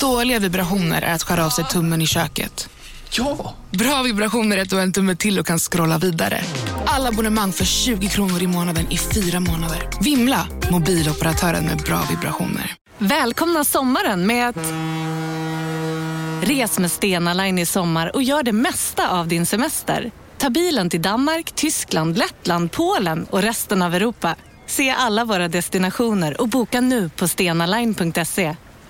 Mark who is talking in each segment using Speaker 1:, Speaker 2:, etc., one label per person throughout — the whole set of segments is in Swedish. Speaker 1: Dåliga vibrationer är att skära av sig tummen i köket.
Speaker 2: Ja!
Speaker 1: Bra vibrationer är att du har en tumme till och kan scrolla vidare. Alla abonnemang för 20 kronor i månaden i fyra månader. Vimla! Mobiloperatören med bra vibrationer.
Speaker 3: Välkomna sommaren med att... Res med Stena Line i sommar och gör det mesta av din semester. Ta bilen till Danmark, Tyskland, Lettland, Polen och resten av Europa. Se alla våra destinationer och boka nu på stenaline.se.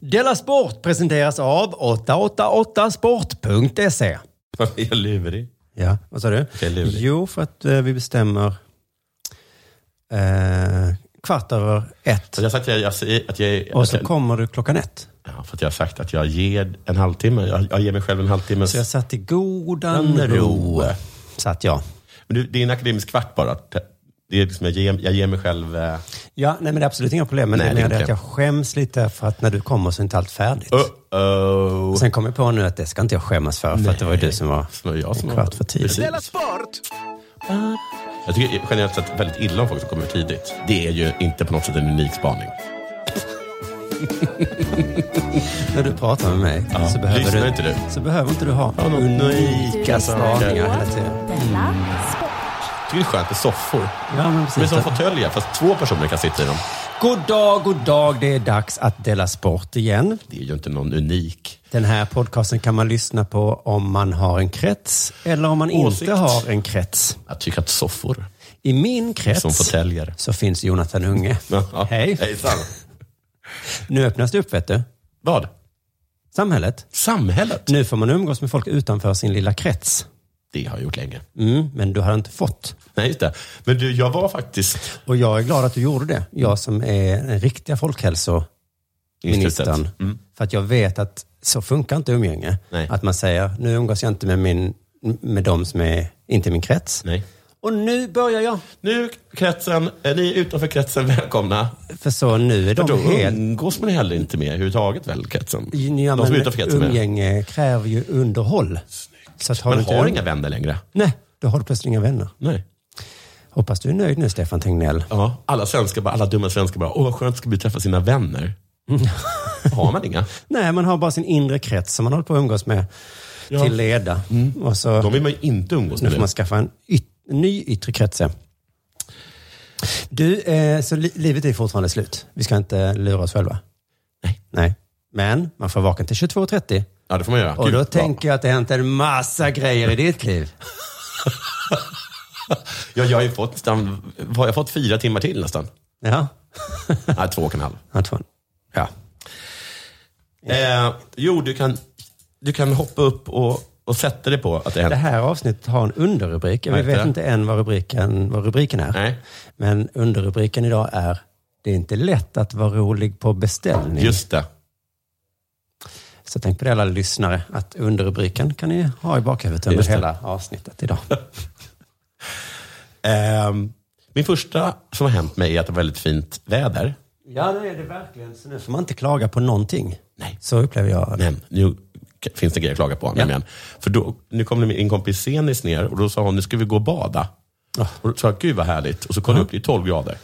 Speaker 4: Della Sport presenteras av 888sport.se.
Speaker 2: Varför är jag lurig?
Speaker 4: Ja, vad sa du?
Speaker 2: Det är lurigt.
Speaker 4: Jo, för att eh, vi bestämmer eh, kvart över ett.
Speaker 2: Så jag har sagt att jag, jag, säger- att jag,
Speaker 4: Och
Speaker 2: att
Speaker 4: så
Speaker 2: jag,
Speaker 4: kommer du klockan ett.
Speaker 2: ja, för att jag har sagt att jag ger en halvtimme. Jag, jag ger mig själv en halvtimme.
Speaker 4: Så jag satt i godan ro. Satt jag.
Speaker 2: Men du, det är en akademisk kvart bara. Det är liksom, jag, ger, jag ger mig själv... eh,
Speaker 4: Ja, nej men det är absolut inga problem. Men
Speaker 2: Nej,
Speaker 4: jag
Speaker 2: det är Oh.
Speaker 4: menar det
Speaker 2: inte
Speaker 4: att jag skäms lite för att när du kommer så är inte allt färdigt.
Speaker 2: Uh-oh.
Speaker 4: Sen kom jag på nu att det ska inte jag skämmas för, för att det var ju du som var
Speaker 2: Det var jag som
Speaker 4: en
Speaker 2: var-
Speaker 4: kvart för tidigt.
Speaker 2: Precis. Jag tycker generellt sett väldigt illa om folk som kommer tidigt. Det är ju inte på något sätt en unik spaning.
Speaker 4: När du pratar med mig
Speaker 2: Ja,
Speaker 4: så, behöver
Speaker 2: lyssnar
Speaker 4: du,
Speaker 2: inte du.
Speaker 4: så behöver inte du ha
Speaker 2: Ja, någon unik,
Speaker 4: unika
Speaker 2: alltså.
Speaker 4: spaningar
Speaker 2: Ja.
Speaker 4: hela tiden.
Speaker 2: Jag tycker det är skönt med soffor.
Speaker 4: Ja, men
Speaker 2: De är
Speaker 4: precis.
Speaker 2: som fåtöljer, fast två personer kan sitta i dem.
Speaker 4: God dag, god dag. Det är dags att dela sport igen.
Speaker 2: Det är ju inte någon unik.
Speaker 4: Den här podcasten kan man lyssna på om man har en krets eller om man
Speaker 2: Åsikt.
Speaker 4: inte har en krets.
Speaker 2: Jag tycker att soffor...
Speaker 4: I min krets
Speaker 2: Som fåtöljer.
Speaker 4: så finns Jonathan Unge.
Speaker 2: Ja.
Speaker 4: Hej.
Speaker 2: Hejsan.
Speaker 4: Nu öppnas det upp, vet du.
Speaker 2: Vad?
Speaker 4: Samhället.
Speaker 2: Samhället?
Speaker 4: Nu får man umgås med folk utanför sin lilla krets.
Speaker 2: Det har jag gjort länge.
Speaker 4: Mm, men du har inte fått.
Speaker 2: Nej, just det. Men du, jag var faktiskt...
Speaker 4: Och jag är glad att du gjorde det. Jag som är den riktiga folkhälsoministern.
Speaker 2: Institutet. Mm.
Speaker 4: För att jag vet att så funkar inte umgänge.
Speaker 2: Nej.
Speaker 4: Att man säger, nu umgås jag inte med, min, med de som är inte i min krets.
Speaker 2: Nej.
Speaker 4: Och nu börjar jag.
Speaker 2: Nu, kretsen, eh, ni utanför kretsen, välkomna.
Speaker 4: För så nu är
Speaker 2: För
Speaker 4: de
Speaker 2: då
Speaker 4: helt...
Speaker 2: umgås man heller inte med överhuvudtaget väl, kretsen?
Speaker 4: Ja,
Speaker 2: de som är
Speaker 4: men
Speaker 2: utanför kretsen. med.
Speaker 4: umgänge kräver ju underhåll. Så att har du
Speaker 2: Man
Speaker 4: inte
Speaker 2: har
Speaker 4: um-
Speaker 2: inga vänner längre.
Speaker 4: Nej, då har du plötsligt inga vänner.
Speaker 2: Nej.
Speaker 4: Hoppas du är nöjd nu, Stefan Tegnell.
Speaker 2: Ja, alla svenskar, bara, alla dumma svenskar bara, åh vad skönt det ska bli att träffa sina vänner.
Speaker 4: Mm.
Speaker 2: Har man inga?
Speaker 4: Nej, man har bara sin inre krets som man håller på att umgås med
Speaker 2: Ja. Mm.
Speaker 4: till leda. Och så,
Speaker 2: De vill man ju inte umgås
Speaker 4: nu
Speaker 2: med.
Speaker 4: får man skaffa en yt- ny yttre krets. ja. Du, eh, så li- livet är fortfarande slut. Vi ska inte lura oss själva.
Speaker 2: Nej.
Speaker 4: Nej. Men man får vaken till 22.30.
Speaker 2: Ja, det får man göra.
Speaker 4: Och
Speaker 2: Gud,
Speaker 4: då
Speaker 2: vad-
Speaker 4: tänker jag att det har hänt en massa grejer i ditt liv.
Speaker 2: ja, jag har ju fått, nästan, vad har jag fått fyra timmar till nästan.
Speaker 4: Ja.
Speaker 2: Nej, två och en halv.
Speaker 4: Ja, två. Ja.
Speaker 2: Eh, jo, du kan, du kan hoppa upp och, och sätta dig på att det
Speaker 4: Det
Speaker 2: händer.
Speaker 4: här avsnittet har en underrubrik. Vi
Speaker 2: Vad heter
Speaker 4: vet
Speaker 2: det?
Speaker 4: inte än vad rubriken, vad rubriken är.
Speaker 2: Nej.
Speaker 4: Men underrubriken idag är Det är inte lätt att vara rolig på beställning.
Speaker 2: Just det.
Speaker 4: Så tänk på det alla lyssnare, att underrubriken kan ni ha i bakhuvudet under
Speaker 2: Just det.
Speaker 4: hela avsnittet idag.
Speaker 2: Ehm, min första som har hänt mig är att det var väldigt fint väder.
Speaker 4: ja, det är det verkligen. Så nu får man inte klaga på någonting.
Speaker 2: Nej.
Speaker 4: Så upplever jag.
Speaker 2: Men nu k- finns det grejer att klaga på. nämligen. För då, nu kom det min kompis Senis ner och då sa hon, nu ska vi gå och bada.
Speaker 4: Ah.
Speaker 2: Och då sa jag, gud vad härligt. Och så kollade jag upp, det är 12 grader.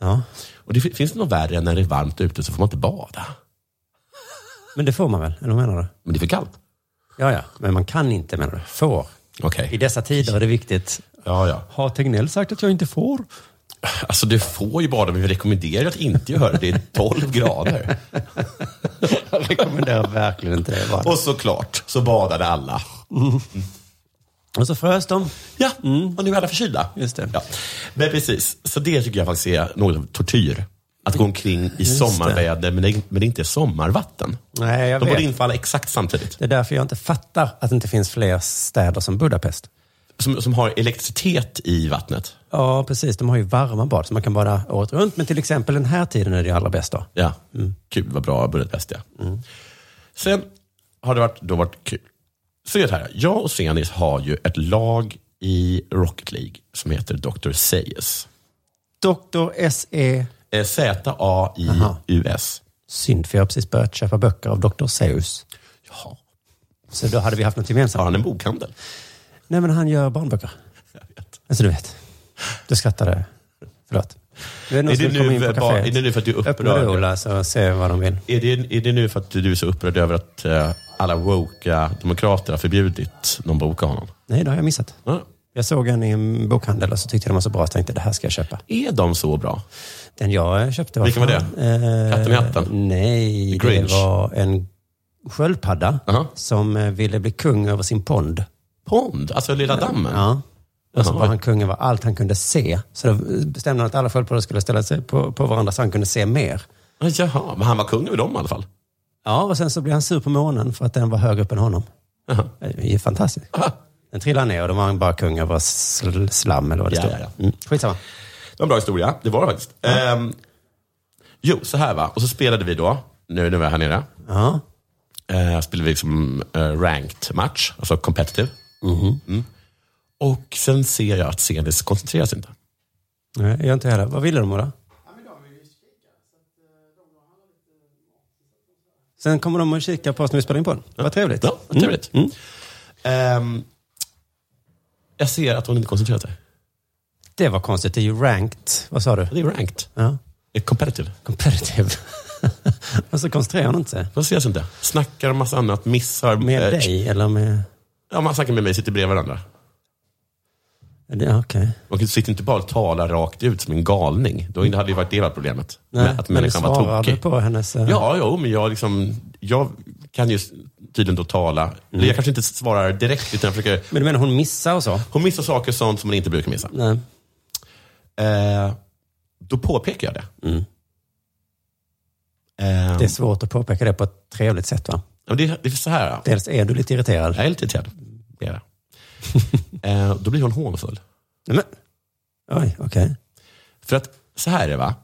Speaker 4: Ja.
Speaker 2: Och det, fi- finns det något värre än när det är varmt ute så får man inte bada.
Speaker 4: Men det får man väl? Eller vad menar du?
Speaker 2: Men det är för kallt.
Speaker 4: Ja, ja. Men man kan inte, menar du? Får.
Speaker 2: Okej.
Speaker 4: I dessa tider är det viktigt.
Speaker 2: Ja, ja.
Speaker 4: Har Tegnell sagt att jag inte får?
Speaker 2: Alltså du får ju bada, men vi rekommenderar att inte göra det. Det är 12 grader.
Speaker 4: Jag rekommenderar verkligen inte det. Bara.
Speaker 2: Och såklart så badade alla.
Speaker 4: Och så frös de.
Speaker 2: Ja, mm. och nu är alla förkylda.
Speaker 4: Just det.
Speaker 2: Ja. Men precis, så det tycker jag faktiskt är något av tortyr. Att gå omkring i sommarväder men det, men det inte är sommarvatten.
Speaker 4: Nej, jag
Speaker 2: De
Speaker 4: vet.
Speaker 2: borde infalla exakt samtidigt.
Speaker 4: Det är därför jag inte fattar att det inte finns fler städer som Budapest.
Speaker 2: Som, som har elektricitet i vattnet.
Speaker 4: Ja, precis. De har ju varma bad så man kan bada året runt. Men till exempel den här tiden är det ju allra bäst då.
Speaker 2: Ja,
Speaker 4: Mm.
Speaker 2: kul vad bra Budapest är. Sen har det varit, då varit kul. Så är det här, jag och Senis har ju ett lag i Rocket League som heter Dr. Seyes.
Speaker 4: Doktor E. S.E.
Speaker 2: Eh, Z-A-I-U-S.
Speaker 4: Synd, för jag har precis börjat köpa böcker av Dr. Seuss.
Speaker 2: Jaha,
Speaker 4: Så då hade vi haft något
Speaker 2: har
Speaker 4: gemensamt.
Speaker 2: han en bokhandel?
Speaker 4: Nej, men han gör barnböcker.
Speaker 2: Jag vet.
Speaker 4: Alltså, du vet. Du skrattade. Förlåt. Det är, någon
Speaker 2: Är
Speaker 4: som
Speaker 2: det,
Speaker 4: vill komma in
Speaker 2: nu,
Speaker 4: på
Speaker 2: bara,
Speaker 4: kaféet.
Speaker 2: är det nu för att du är
Speaker 4: Öppna du och
Speaker 2: upprörd?
Speaker 4: läs och se vad de vill.
Speaker 2: Är det, är det nu för att du är så upprörd över att eh, alla woke demokrater har förbjudit någon bok av honom?
Speaker 4: Nej, det har jag missat.
Speaker 2: Ja.
Speaker 4: Jag såg en i en bokhandel och så tyckte jag den var så bra att jag tänkte det här ska jag köpa.
Speaker 2: Är de så bra?
Speaker 4: Den jag eh, köpte var...
Speaker 2: Vilken var det?
Speaker 4: Eh,
Speaker 2: Katten i hatten?
Speaker 4: Nej,
Speaker 2: The Grinch?
Speaker 4: det var en sköldpadda
Speaker 2: Aha.
Speaker 4: som eh, ville bli kung över sin pond.
Speaker 2: Pond, alltså Lilla dammen?
Speaker 4: Ja. Och så
Speaker 2: Jaha,
Speaker 4: var
Speaker 2: vad-
Speaker 4: han kung över allt han kunde se. Så då bestämde han att alla sköldpaddor skulle ställa sig på, på varandra så han kunde se mer.
Speaker 2: Jaha, men han var kung över dem i alla fall?
Speaker 4: Ja, och sen så blev han sur på månen för att den var högre upp än honom.
Speaker 2: Jaha.
Speaker 4: Det är ju fantastiskt. Den trillade ner och då var han bara kung över sl- slam eller vad det
Speaker 2: Ja,
Speaker 4: stod.
Speaker 2: ja,
Speaker 4: Mm. Skitsamma.
Speaker 2: Det var en bra historia, det var det faktiskt. Ehm, jo, så här va. Och så spelade vi då, nu, nu är jag här nere.
Speaker 4: Ja.
Speaker 2: Eh, spelade vi liksom eh, ranked match, alltså competitive.
Speaker 4: Mhm.
Speaker 2: Mm. Och sen ser jag att Senis koncentrerar sig inte.
Speaker 4: Nej, jag inte heller. Vad ville de då? eh, Sen kommer de och kika på oss när vi spelar in på den. Vad trevligt.
Speaker 2: Ja, vad trevligt.
Speaker 4: Mm.
Speaker 2: Ehm, jag ser att hon inte koncentrerar sig.
Speaker 4: Det var konstigt. Det är ju ranked. Vad sa du?
Speaker 2: Det är ranked,
Speaker 4: Ja.
Speaker 2: det är competitive.
Speaker 4: Competitive. och så koncentrerar hon inte sig.
Speaker 2: Hon ses inte. Snackar om massa annat, missar...
Speaker 4: Med
Speaker 2: eh,
Speaker 4: dig eller med...
Speaker 2: Ja, man snackar med mig, sitter bredvid varandra.
Speaker 4: Det- ja, Okej.
Speaker 2: Och sitter inte bara och talar rakt ut som en galning. Då hade det varit det var problemet.
Speaker 4: Nej,
Speaker 2: Men att människan
Speaker 4: men du
Speaker 2: var
Speaker 4: svarade
Speaker 2: tokig.
Speaker 4: på hennes... eh,
Speaker 2: Ja, jo, men jag, liksom, jag kan ju tydligen då tala.
Speaker 4: Mm.
Speaker 2: Eller jag kanske inte svarar direkt, utan jag försöker...
Speaker 4: Men du menar hon missar och så?
Speaker 2: Hon missar saker, sånt som man inte brukar missa.
Speaker 4: Nej.
Speaker 2: Eh, då påpekar jag det. Eh,
Speaker 4: Mm. Det är svårt att påpeka det på ett trevligt sätt va?
Speaker 2: men det, det är så här. ja.
Speaker 4: Dels är du lite irriterad.
Speaker 2: Jag är lite irriterad. Det är jag. eh, då blir hon hånfull.
Speaker 4: Nej, men... Oj, okej.
Speaker 2: För att så här är det va.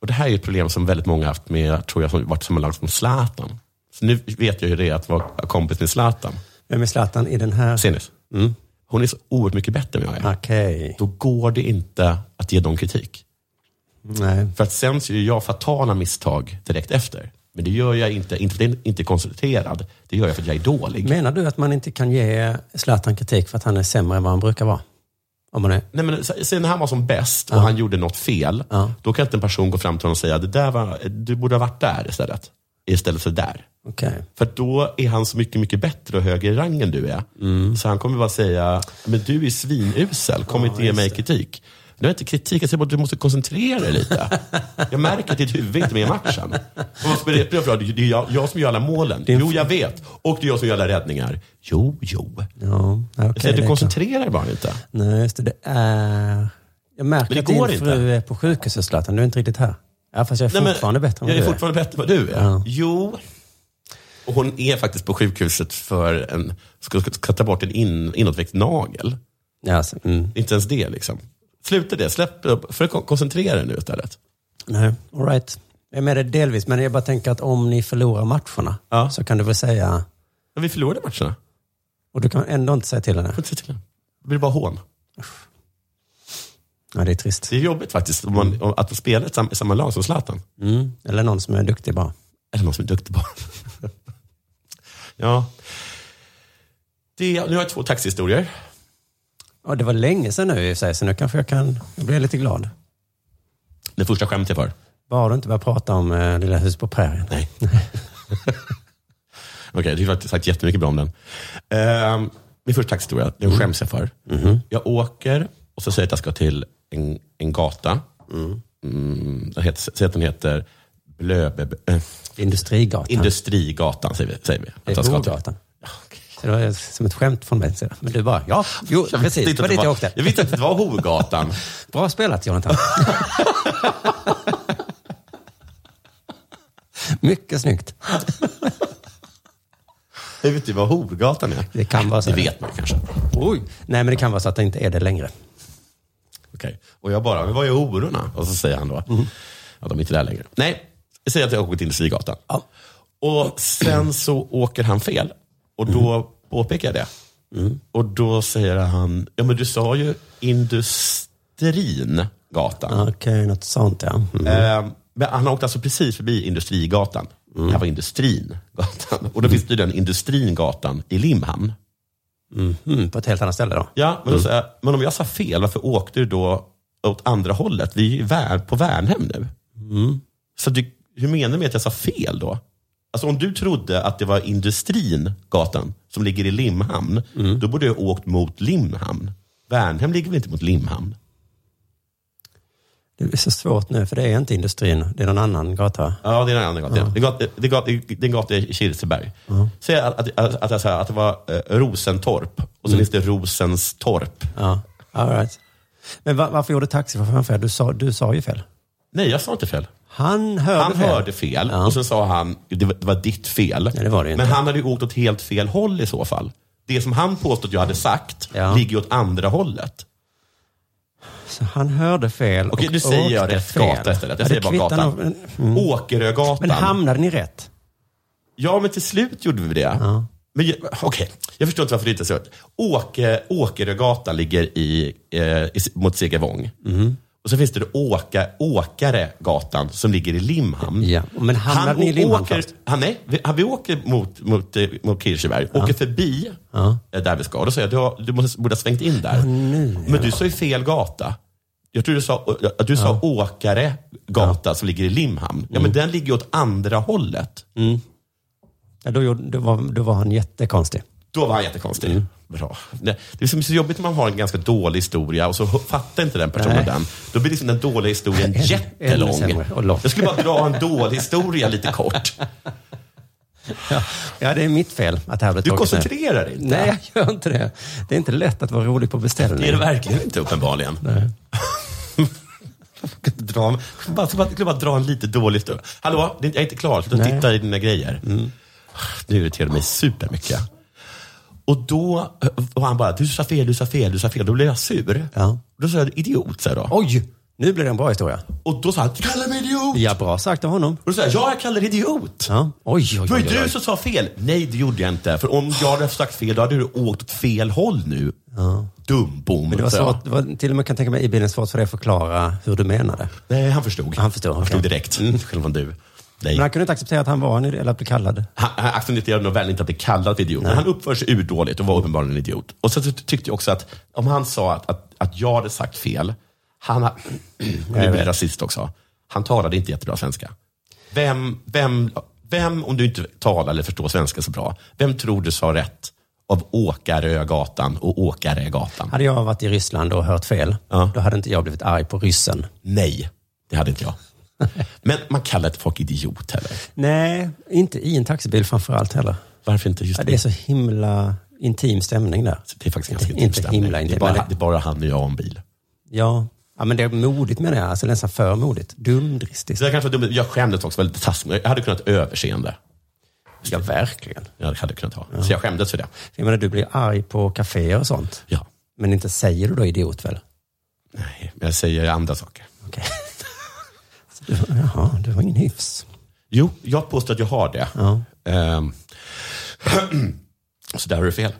Speaker 2: Och det här är ett problem som väldigt många har haft med, tror jag, som varit sammanlagt med Zlatan. Så nu vet jag ju det, att vara kompis med Zlatan.
Speaker 4: Vem är Zlatan i den här?
Speaker 2: Ser ni? Hon är så oerhört mycket bättre än vad jag är.
Speaker 4: Okej.
Speaker 2: Då går det inte att ge dem kritik.
Speaker 4: Nej.
Speaker 2: För att sen så gör jag fatala misstag direkt efter. Men det gör jag inte, inte för att jag inte är konsulterad. Det gör jag för att jag är dålig.
Speaker 4: Menar du att man inte kan ge Zlatan kritik för att han är sämre än vad han brukar vara? Om man är...
Speaker 2: Nej, men s- sen när han var som bäst och han gjorde något fel,
Speaker 4: Ja.
Speaker 2: då kan inte en person gå fram till honom och säga, det där var, du borde ha varit där istället. Istället för där.
Speaker 4: Okej.
Speaker 2: För att då är han så mycket, mycket bättre och högre i rang än du är.
Speaker 4: Mm.
Speaker 2: Så han kommer bara säga, men du är svinusel, kom inte ge mig kritik. Men Det är inte kritik, jag säger bara att du måste koncentrera dig lite. jag märker att ditt huvud inte är med i matchen. Och vad spelar det för roll? Det är jag, jag som gör alla målen. Jo, jag vet. Och det är jag som gör alla räddningar. Jo, jo.
Speaker 4: Ja, okej.
Speaker 2: Jag säger att
Speaker 4: det
Speaker 2: du
Speaker 4: är klart.
Speaker 2: koncentrerar dig bara inte.
Speaker 4: Nej, just det. Det är... Jag märker
Speaker 2: Men det
Speaker 4: att din
Speaker 2: går
Speaker 4: fru
Speaker 2: inte.
Speaker 4: är på sjukhuset Zlatan. Du är inte riktigt här. Ja, fast jag är fortfarande bättre än vad
Speaker 2: jag
Speaker 4: du
Speaker 2: är fortfarande bättre än vad du är.
Speaker 4: Ja.
Speaker 2: Jo. Och hon är faktiskt på sjukhuset för en, ska, ska, ska ta bort en in, inåtväxt nagel.
Speaker 4: Ja, alltså, mm.
Speaker 2: Inte ens det liksom. Sluta det, släpp upp, för kon- koncentrera dig nu istället.
Speaker 4: Nej, all right. Jag är med dig delvis, men jag bara tänker att om ni förlorar matcherna
Speaker 2: Ja.
Speaker 4: så kan du väl säga...
Speaker 2: Men vi förlorade matcherna.
Speaker 4: Och du kan ändå inte säga till henne.
Speaker 2: Får inte se till det. Det blir bara hån.
Speaker 4: Ja, det är trist.
Speaker 2: Det är jobbigt faktiskt om man, om, att spela i samma, samma lag som Zlatan.
Speaker 4: Mm. Eller någon som är duktig bara.
Speaker 2: Eller någon som är duktig på. ja. Det, nu har jag två taxihistorier.
Speaker 4: Ja, det var länge sedan nu i och för sig, så nu kanske jag kan... Jag blir lite glad.
Speaker 2: Det första skämtet jag för.
Speaker 4: Bara du inte börjar prata om eh, Lilla huset på prärien.
Speaker 2: Nej. Okej, okay, du har sagt jättemycket bra om den. Ehm, min första taxihistoria, den
Speaker 4: Mm.
Speaker 2: skäms jag för.
Speaker 4: Mm-hmm.
Speaker 2: Jag åker och så säger jag att jag ska till en, en gata. Mm, den heter, säg att den heter Blöbe, eh,
Speaker 4: Industrigatan.
Speaker 2: Industrigatan. Säger vi, säger vi.
Speaker 4: det
Speaker 2: jag
Speaker 4: är
Speaker 2: ska till.
Speaker 4: Horgatan. Så det var som ett skämt från mig. sida. Men du bara, ja, jo,
Speaker 2: Jag visste
Speaker 4: precis. Det
Speaker 2: inte
Speaker 4: var
Speaker 2: att det
Speaker 4: dit jag
Speaker 2: var-
Speaker 4: åkte.
Speaker 2: Jag visste inte att det var Horgatan.
Speaker 4: Bra spelat, Jonathan. Mycket snyggt.
Speaker 2: Jag vet inte vad Horgatan är.
Speaker 4: Det kan vara så.
Speaker 2: Det vet man kanske.
Speaker 4: Oj. Nej, men det kan vara så att det inte är det längre.
Speaker 2: Okej. Och jag bara, men vad är hororna? Och så säger han då,
Speaker 4: Mm.
Speaker 2: ja de är inte där längre. Nej, jag säger att jag åker till Industrigatan.
Speaker 4: Ja. Mm.
Speaker 2: Och sen så åker han fel. Och då påpekar det. Och då säger han, ja men du sa ju industrin gatan.
Speaker 4: Okej, något sånt ja. Mm. Mm.
Speaker 2: Eh, Men han åkte alltså precis förbi Industrigatan. Det här var Industrin gatan. Och då finns det den Industrin gatan i Limhamn.
Speaker 4: Mm, på ett helt annat ställe då.
Speaker 2: Ja, men, då sa jag, men om jag sa fel, varför åkte du då åt andra hållet? Vi är ju i Vär- på Värnhem nu. Så du, hur menar du med att jag sa fel då? Alltså om du trodde att det var Industrin gatan som ligger i Limhamn, då borde jag ha åkt mot Limhamn. Värnhem ligger väl inte mot Limhamn?
Speaker 4: Det är så svårt nu, för det är inte industrin. Det är någon annan gata.
Speaker 2: Ja, det är en annan gata. Det, är gata, det, är gata, det är en gata i Kirseberg. Säg att, att, att, att, jag sa att det var eh, Rosentorp och så finns det Rosenstorp.
Speaker 4: Ja, all right. Men va- varför gjorde taxichauffören fel? Du sa, du sa ju fel.
Speaker 2: Nej, jag sa inte fel.
Speaker 4: Han hörde
Speaker 2: Han
Speaker 4: fel.
Speaker 2: hörde fel
Speaker 4: Ja.
Speaker 2: och sen sa han det var, det var ditt fel.
Speaker 4: Nej, det var det ju
Speaker 2: Men
Speaker 4: inte.
Speaker 2: han hade ju åkt åt helt fel håll i så fall. Det som han påstod att jag hade sagt
Speaker 4: Ja.
Speaker 2: ligger ju åt andra hållet.
Speaker 4: Så han hörde fel
Speaker 2: Okej,
Speaker 4: och
Speaker 2: nu säger jag
Speaker 4: åkte
Speaker 2: rätt
Speaker 4: fel.
Speaker 2: gata istället. Jag
Speaker 4: Ja,
Speaker 2: säger
Speaker 4: det
Speaker 2: bara
Speaker 4: kvittar
Speaker 2: gatan.
Speaker 4: nog, men- mm.
Speaker 2: Åkerögatan.
Speaker 4: Men hamnade ni rätt?
Speaker 2: Ja, men till slut gjorde vi det. Men jag- okej, jag förstår inte varför det inte är så. Åke, Åkerögatan ligger i, eh, i, mot Segevång.
Speaker 4: Mhm.
Speaker 2: Och så finns det då Åka, Åkaregatan som ligger i Limhamn.
Speaker 4: Ja, men hamnade ni i Limhamn
Speaker 2: åker,
Speaker 4: först?
Speaker 2: han, nej, vi, han, vi åker mot, mot, eh, mot Kirseberg, åker förbi eh, där vi ska. Och då säger jag, du, har- du måste, borde ha svängt in där. Men du sa ju fel gata. Jag tror du sa, att du sa Åkaregata som ligger i Limhamn. Ja,
Speaker 4: Mm.
Speaker 2: men den ligger ju åt andra hållet.
Speaker 4: Ja, då, gjorde, då, var, då var han jättekonstig.
Speaker 2: Då var han jättekonstig.
Speaker 4: Mm.
Speaker 2: Bra. Det det är som så jobbigt när man har en ganska dålig historia och så h- fattar inte den personen
Speaker 4: Nej.
Speaker 2: den. Då blir liksom den dåliga historien
Speaker 4: Ännu- ännu
Speaker 2: jättelång.
Speaker 4: sämre och lång.
Speaker 2: Jag skulle bara dra en dålig historia lite kort.
Speaker 4: Ja, det är mitt fel att det här blev
Speaker 2: Du
Speaker 4: tråkigt nu.
Speaker 2: koncentrerar dig inte.
Speaker 4: Nej, jag gör inte det. Det är inte lätt att vara rolig på beställning.
Speaker 2: Det är det verkligen inte uppenbarligen. dra, en- bara, bara, skulle bara dra en lite dålig historia. Hallå, det är inte- jag är inte klar. Sluta
Speaker 4: Nej. Mm.
Speaker 2: titta i dina grejer. Det irriterade mig supermycket. Och då eh, var han bara, du sa fel, du sa fel, du sa fel. Då blev jag sur.
Speaker 4: Ja.
Speaker 2: Då sa jag, idiot, sa jag då.
Speaker 4: Oj, nu blir det en bra historia.
Speaker 2: Och då sa han, du kallar mig idiot!
Speaker 4: Ja, bra sagt av honom.
Speaker 2: Och då sa jag, ja jag kallar dig idiot!
Speaker 4: Ja. Oj, oj,
Speaker 2: Det var
Speaker 4: oj,
Speaker 2: ju
Speaker 4: oj,
Speaker 2: du
Speaker 4: oj.
Speaker 2: som sa fel. Nej, det gjorde jag inte. För om jag hade sagt fel, då hade du åkt åt fel håll nu. Dumbom,
Speaker 4: Men det var
Speaker 2: sa jag.
Speaker 4: svårt, det var, till och med kan jag tänka mig i bilen svårt för dig att förklara hur du menade.
Speaker 2: Nej, han förstod.
Speaker 4: Han förstod, okej. Mm.
Speaker 2: direkt. Själv var du. Nej.
Speaker 4: Men han kunde inte acceptera att han var en eller att bli kallad.
Speaker 2: Han, han accepterade nog väl inte att bli kallad för idiot, men han uppför sig urdåligt och var uppenbarligen en idiot. Och så ty- tyckte jag också att om han sa att, att, att jag hade sagt fel, han ha- nu blir jag rasist också, han talade inte jättebra svenska. Vem, vem, vem, om du inte talar eller förstår svenska så bra, vem tror du sa rätt av Åkarögatan och Åkaregatan?
Speaker 4: Hade jag varit i Ryssland och hört fel,
Speaker 2: Ja.
Speaker 4: då hade inte jag blivit arg på ryssen.
Speaker 2: Nej, det hade inte jag. Men man kallar inte folk idiot heller.
Speaker 4: Nej, inte i en taxibil framför allt heller.
Speaker 2: Varför inte just
Speaker 4: Ja, det är så himla intim stämning där.
Speaker 2: Alltså, Det är faktiskt ganska
Speaker 4: Inte- inte
Speaker 2: intim stämning.
Speaker 4: himla
Speaker 2: det, är
Speaker 4: intim,
Speaker 2: bara,
Speaker 4: men-
Speaker 2: det är bara han och jag och en bil.
Speaker 4: Ja. ja, men det är modigt menar jag. Alltså nästan för modigt. Dumdristigt.
Speaker 2: Så det kanske var dumt. Jag skämdes också väldigt taskigt. Jag hade kunnat ha överseende.
Speaker 4: Ja, verkligen.
Speaker 2: Jag hade kunnat ha. Så jag skämdes för det.
Speaker 4: Jag menar, du blir arg på kaféer och sånt.
Speaker 2: Ja.
Speaker 4: Men inte säger du då idiot väl?
Speaker 2: Nej, men jag säger andra saker.
Speaker 4: Okej. Så du, jaha, du har ingen hyfs.
Speaker 2: Jo, jag påstår att jag har det.
Speaker 4: Ja.
Speaker 2: Ehm. Så där har du fel.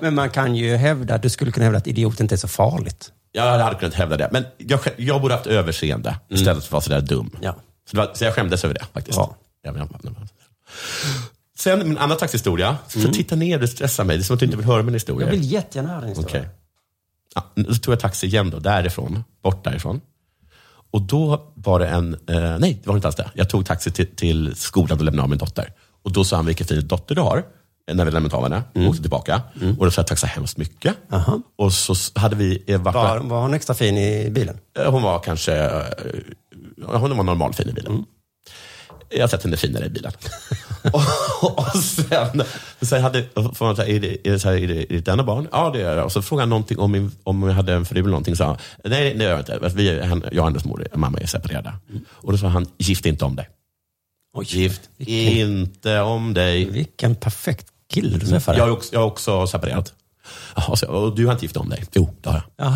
Speaker 4: Men man kan ju hävda, du skulle kunna hävda att idiot inte är så farligt.
Speaker 2: Jag hade kunnat hävda det. Men jag, skä- jag borde haft överseende istället för att vara sådär dum.
Speaker 4: Ja.
Speaker 2: Så, det var, så jag skämdes över det faktiskt.
Speaker 4: Mm. Ja.
Speaker 2: Ja, men jag, Sen min andra taxihistoria. Så titta ner, du stressar mig. Det är som att du inte vill höra min historia.
Speaker 4: Mm. Jag vill jättegärna höra din historia.
Speaker 2: Okej. Ja, så tog jag taxi igen då, därifrån, bort därifrån. Och då var det en, eh, nej det var inte alls det. Jag tog taxi till, till skolan och lämnade av min dotter. Och då sa han vilken fin dotter du har. eh, När vi lämnade av henne och åkte tillbaka. Och då sa jag tack så hemskt mycket. Och så s- hade vi eh, varit...
Speaker 4: Var, var hon extra fin i bilen?
Speaker 2: Eh, Hon var kanske, eh, hon var normalfin i bilen. Jag har sett henne finare i bilen. och, och sen, sen hade, får man säga, är det, är det, så här, är det, är det ett enda barn? Ja, det är det. Och så frågade han någonting om, min, om jag hade en fru eller någonting. Sa han, nej, det gör jag inte. Vi, är- han, jag och hennes mor, mamma är separerade. Och då sa han, gift inte om dig.
Speaker 4: Oj,
Speaker 2: Gift
Speaker 4: vilken,
Speaker 2: inte om dig.
Speaker 4: vilken perfekt kille du träffade.
Speaker 2: Jag är också, jag är också separerad. Jaha, så, och du har inte gift om dig? Jo, det har jag.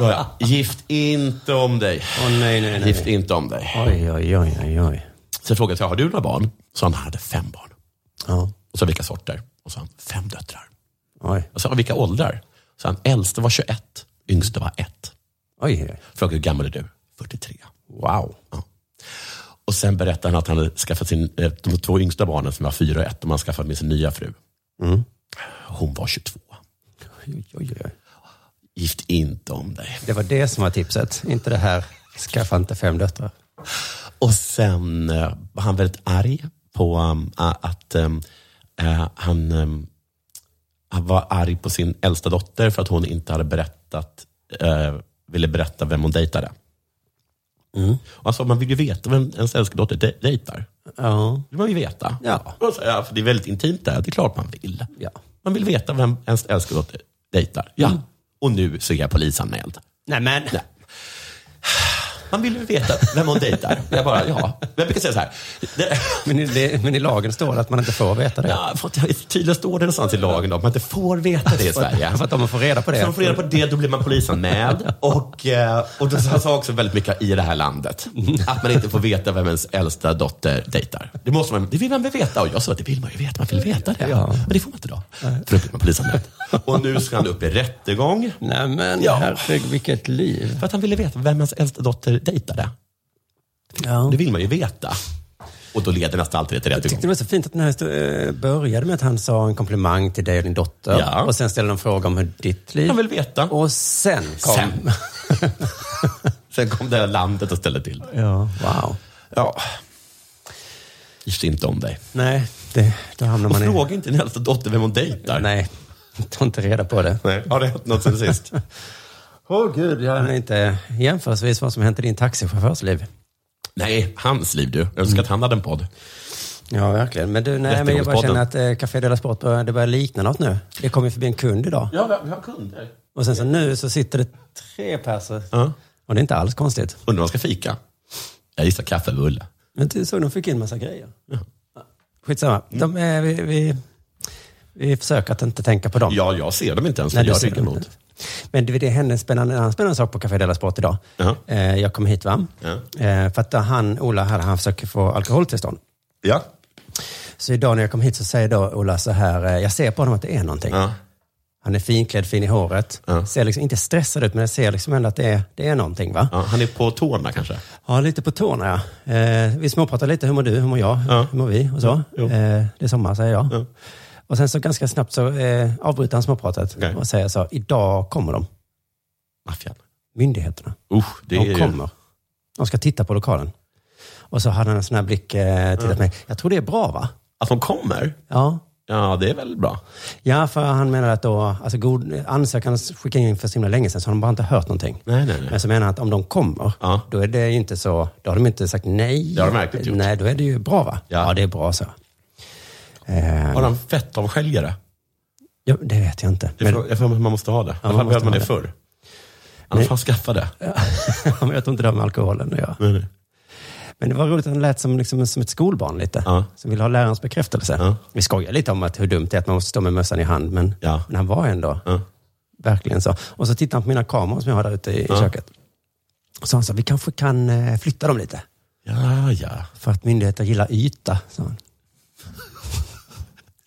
Speaker 2: Då har jag. Gift inte om dig.
Speaker 4: Åh, nej, nej, nej.
Speaker 2: Gift inte om dig.
Speaker 4: Oj, oj, oj, oj, oj.
Speaker 2: Sen frågade jag, har du några barn? Så han hade fem barn.
Speaker 4: Ja.
Speaker 2: Och så vilka sorter? Och Och så han, fem döttrar.
Speaker 4: Oj.
Speaker 2: Jag sa, vilka åldrar? Så han, äldste var 21, yngste var 1.
Speaker 4: Oj, oj.
Speaker 2: Frågade, hur gammal är du? 43. Wow. Ja. Och sen berättade han att han hade skaffat sin, eh, de två yngsta barnen som var fyra och ett, de hade skaffat med sin nya fru.
Speaker 4: Mm.
Speaker 2: Hon var 22.
Speaker 4: Oj, oj, oj.
Speaker 2: Gift inte om dig.
Speaker 4: Det var det som var tipset, inte det här skaffa inte fem döttrar.
Speaker 2: Och sen eh, var han väldigt arg på um, a- att um, eh, han, um, han var arg på sin äldsta dotter för att hon inte hade berättat, eh, ville berätta vem hon dejtade.
Speaker 4: Mm.
Speaker 2: Och han sa, man vill ju veta vem ens äldsta dotter de- dejtar.
Speaker 4: Ja.
Speaker 2: vill man ju veta.
Speaker 4: Ja.
Speaker 2: Och så, ja, för det är väldigt intimt det här. Det är klart man vill.
Speaker 4: Ja. Mm.
Speaker 2: Man vill veta vem ens älskardotter dejtar. Ja. Och nu så är jag polisanmäld.
Speaker 4: Nej men.
Speaker 2: Nej. Man vill ju veta vem hon dejtar. Jag bara, ja. Jag brukar säga så här. Det,
Speaker 4: Men, i, det, men i lagen står det att man inte får veta det.
Speaker 2: ja, för att- tydligen står det någonstans i lagen då, att man inte får veta det i Sverige.
Speaker 4: Alltså, För att om man får reda på det.
Speaker 2: Så de får reda på det, då blir man polisanmäld. Och, eh, och det sa också väldigt mycket i det här landet. Att man inte får veta vem ens äldsta dotter dejtar. Det, måste man, det vill man väl veta? Och jag sa att det vill man ju veta, man vill veta det.
Speaker 4: Ja.
Speaker 2: Men det får man inte då, för då blir man polisanmäld. Och nu ska han upp i rättegång.
Speaker 4: Nej men,
Speaker 2: Ja.
Speaker 4: herregud vilket liv.
Speaker 2: För att han ville veta vem ens äldsta dotter dejtade.
Speaker 4: Ja.
Speaker 2: Det vill man ju veta. Och då leder nästan alltid det till
Speaker 4: Jag tyckte det
Speaker 2: rättegång.
Speaker 4: var så fint att den här histor- eh, började med att han sa en komplimang till dig och din dotter.
Speaker 2: Ja.
Speaker 4: Och sen ställde han en fråga om hur ditt liv...
Speaker 2: Han vill veta.
Speaker 4: Och sen kom...
Speaker 2: Sen. Sen kom det här landet och ställde till det.
Speaker 4: Ja, wow.
Speaker 2: Ja. Gift inte om dig.
Speaker 4: Nej, det, då hamnar
Speaker 2: Och
Speaker 4: man i...
Speaker 2: fråga inte din äldsta dotter vem hon dejtar.
Speaker 4: Nej, ta inte reda på det.
Speaker 2: Nej, Har det hänt något sen sist?
Speaker 4: Åh oh, gud, jag kan inte jämförsvis vad som hänt i din taxichaufförs liv.
Speaker 2: Nej, hans liv du. Jag önskar att han hade en podd.
Speaker 4: Ja, verkligen. Men du, nej, men jag bara
Speaker 2: Rättegångspodden.
Speaker 4: känner att eh, Café Della Sport börjar, det börjar likna något nu. Det kom ju förbi en kund idag.
Speaker 2: Ja, vi har, vi har kunder.
Speaker 4: Och sen så nu så sitter det tre personer.
Speaker 2: Ja.
Speaker 4: Och det är inte alls konstigt.
Speaker 2: Undrar vad ska fika? Jag gissar kaffebulle.
Speaker 4: Men du såg, de fick in massa grejer. Skitsamma.
Speaker 2: Mm.
Speaker 4: De, eh, vi, vi, vi försöker att inte tänka på dem.
Speaker 2: Ja, jag ser dem inte ens. Nej,
Speaker 4: du
Speaker 2: jag
Speaker 4: ser
Speaker 2: ryggar
Speaker 4: dem
Speaker 2: mot.
Speaker 4: inte. Men det, det hände en, spännande, en annan spännande sak på Café Della Sport idag.
Speaker 2: Ja.
Speaker 4: Eh, jag kom hit, va?
Speaker 2: Ja.
Speaker 4: Eh, för att han, Ola, hade, han försöker få alkoholtillstånd.
Speaker 2: Ja.
Speaker 4: Så idag när jag kom hit så säger då Ola så här, eh, jag ser på honom att det är någonting.
Speaker 2: ja.
Speaker 4: Han är finklädd, fin i håret.
Speaker 2: Ja.
Speaker 4: Ser liksom, inte stressad ut, men jag ser liksom ändå att det är, det är någonting. Va?
Speaker 2: ja. Han är på tårna kanske?
Speaker 4: Ja, lite på tårna ja. Eh, vi småpratar lite, hur mår du, hur mår jag,
Speaker 2: Ja.
Speaker 4: hur mår vi och så.
Speaker 2: Jo.
Speaker 4: Eh, det är sommar säger jag.
Speaker 2: Ja.
Speaker 4: Och sen så ganska snabbt så eh, avbryter han småpratet
Speaker 2: Okej.
Speaker 4: och säger så, idag kommer de,
Speaker 2: Maffian.
Speaker 4: myndigheterna.
Speaker 2: Usch, det
Speaker 4: De
Speaker 2: är ju...
Speaker 4: kommer. De ska titta på lokalen. Och så hade han en sån här blick, eh, tittat mig. Jag tror det är bra va?
Speaker 2: Att de kommer?
Speaker 4: Ja.
Speaker 2: Ja, det är väl bra.
Speaker 4: Ja, för han menar att då, alltså god, ansökan skickade in för så himla länge sedan så har de bara inte hört någonting.
Speaker 2: Nej, nej, nej.
Speaker 4: Men så menar han att om de kommer,
Speaker 2: Ja.
Speaker 4: då är det ju inte så, då har de inte sagt nej.
Speaker 2: Det har de verkligen gjort.
Speaker 4: Nej, då är det ju bra va?
Speaker 2: Ja.
Speaker 4: det är bra så. Eh,
Speaker 2: Har han fettavskiljare?
Speaker 4: Ja, det vet jag inte.
Speaker 2: Jag
Speaker 4: Men,
Speaker 2: får- jag får- Man måste ha det. I alla
Speaker 4: man
Speaker 2: fall
Speaker 4: måste
Speaker 2: behövde man
Speaker 4: ha
Speaker 2: det
Speaker 4: det.
Speaker 2: förr. Annars får han skaffa det.
Speaker 4: men jag tror inte det har med alkoholen att göra.
Speaker 2: Nej, nej.
Speaker 4: Men det var roligt att han lät som, liksom, som ett skolbarn lite.
Speaker 2: Ja.
Speaker 4: Som vill ha lärarens bekräftelse.
Speaker 2: Ja.
Speaker 4: Vi skojar lite om att hur dumt det är att man måste stå med mössan i hand. Men,
Speaker 2: Ja.
Speaker 4: men han var ändå
Speaker 2: Ja.
Speaker 4: verkligen så. Och så tittade han på mina kameror som jag har där ute i, i köket. Så han sa, vi kanske kan eh, flytta dem lite.
Speaker 2: Ja, ja.
Speaker 4: För att myndigheter gillar yta, sa han.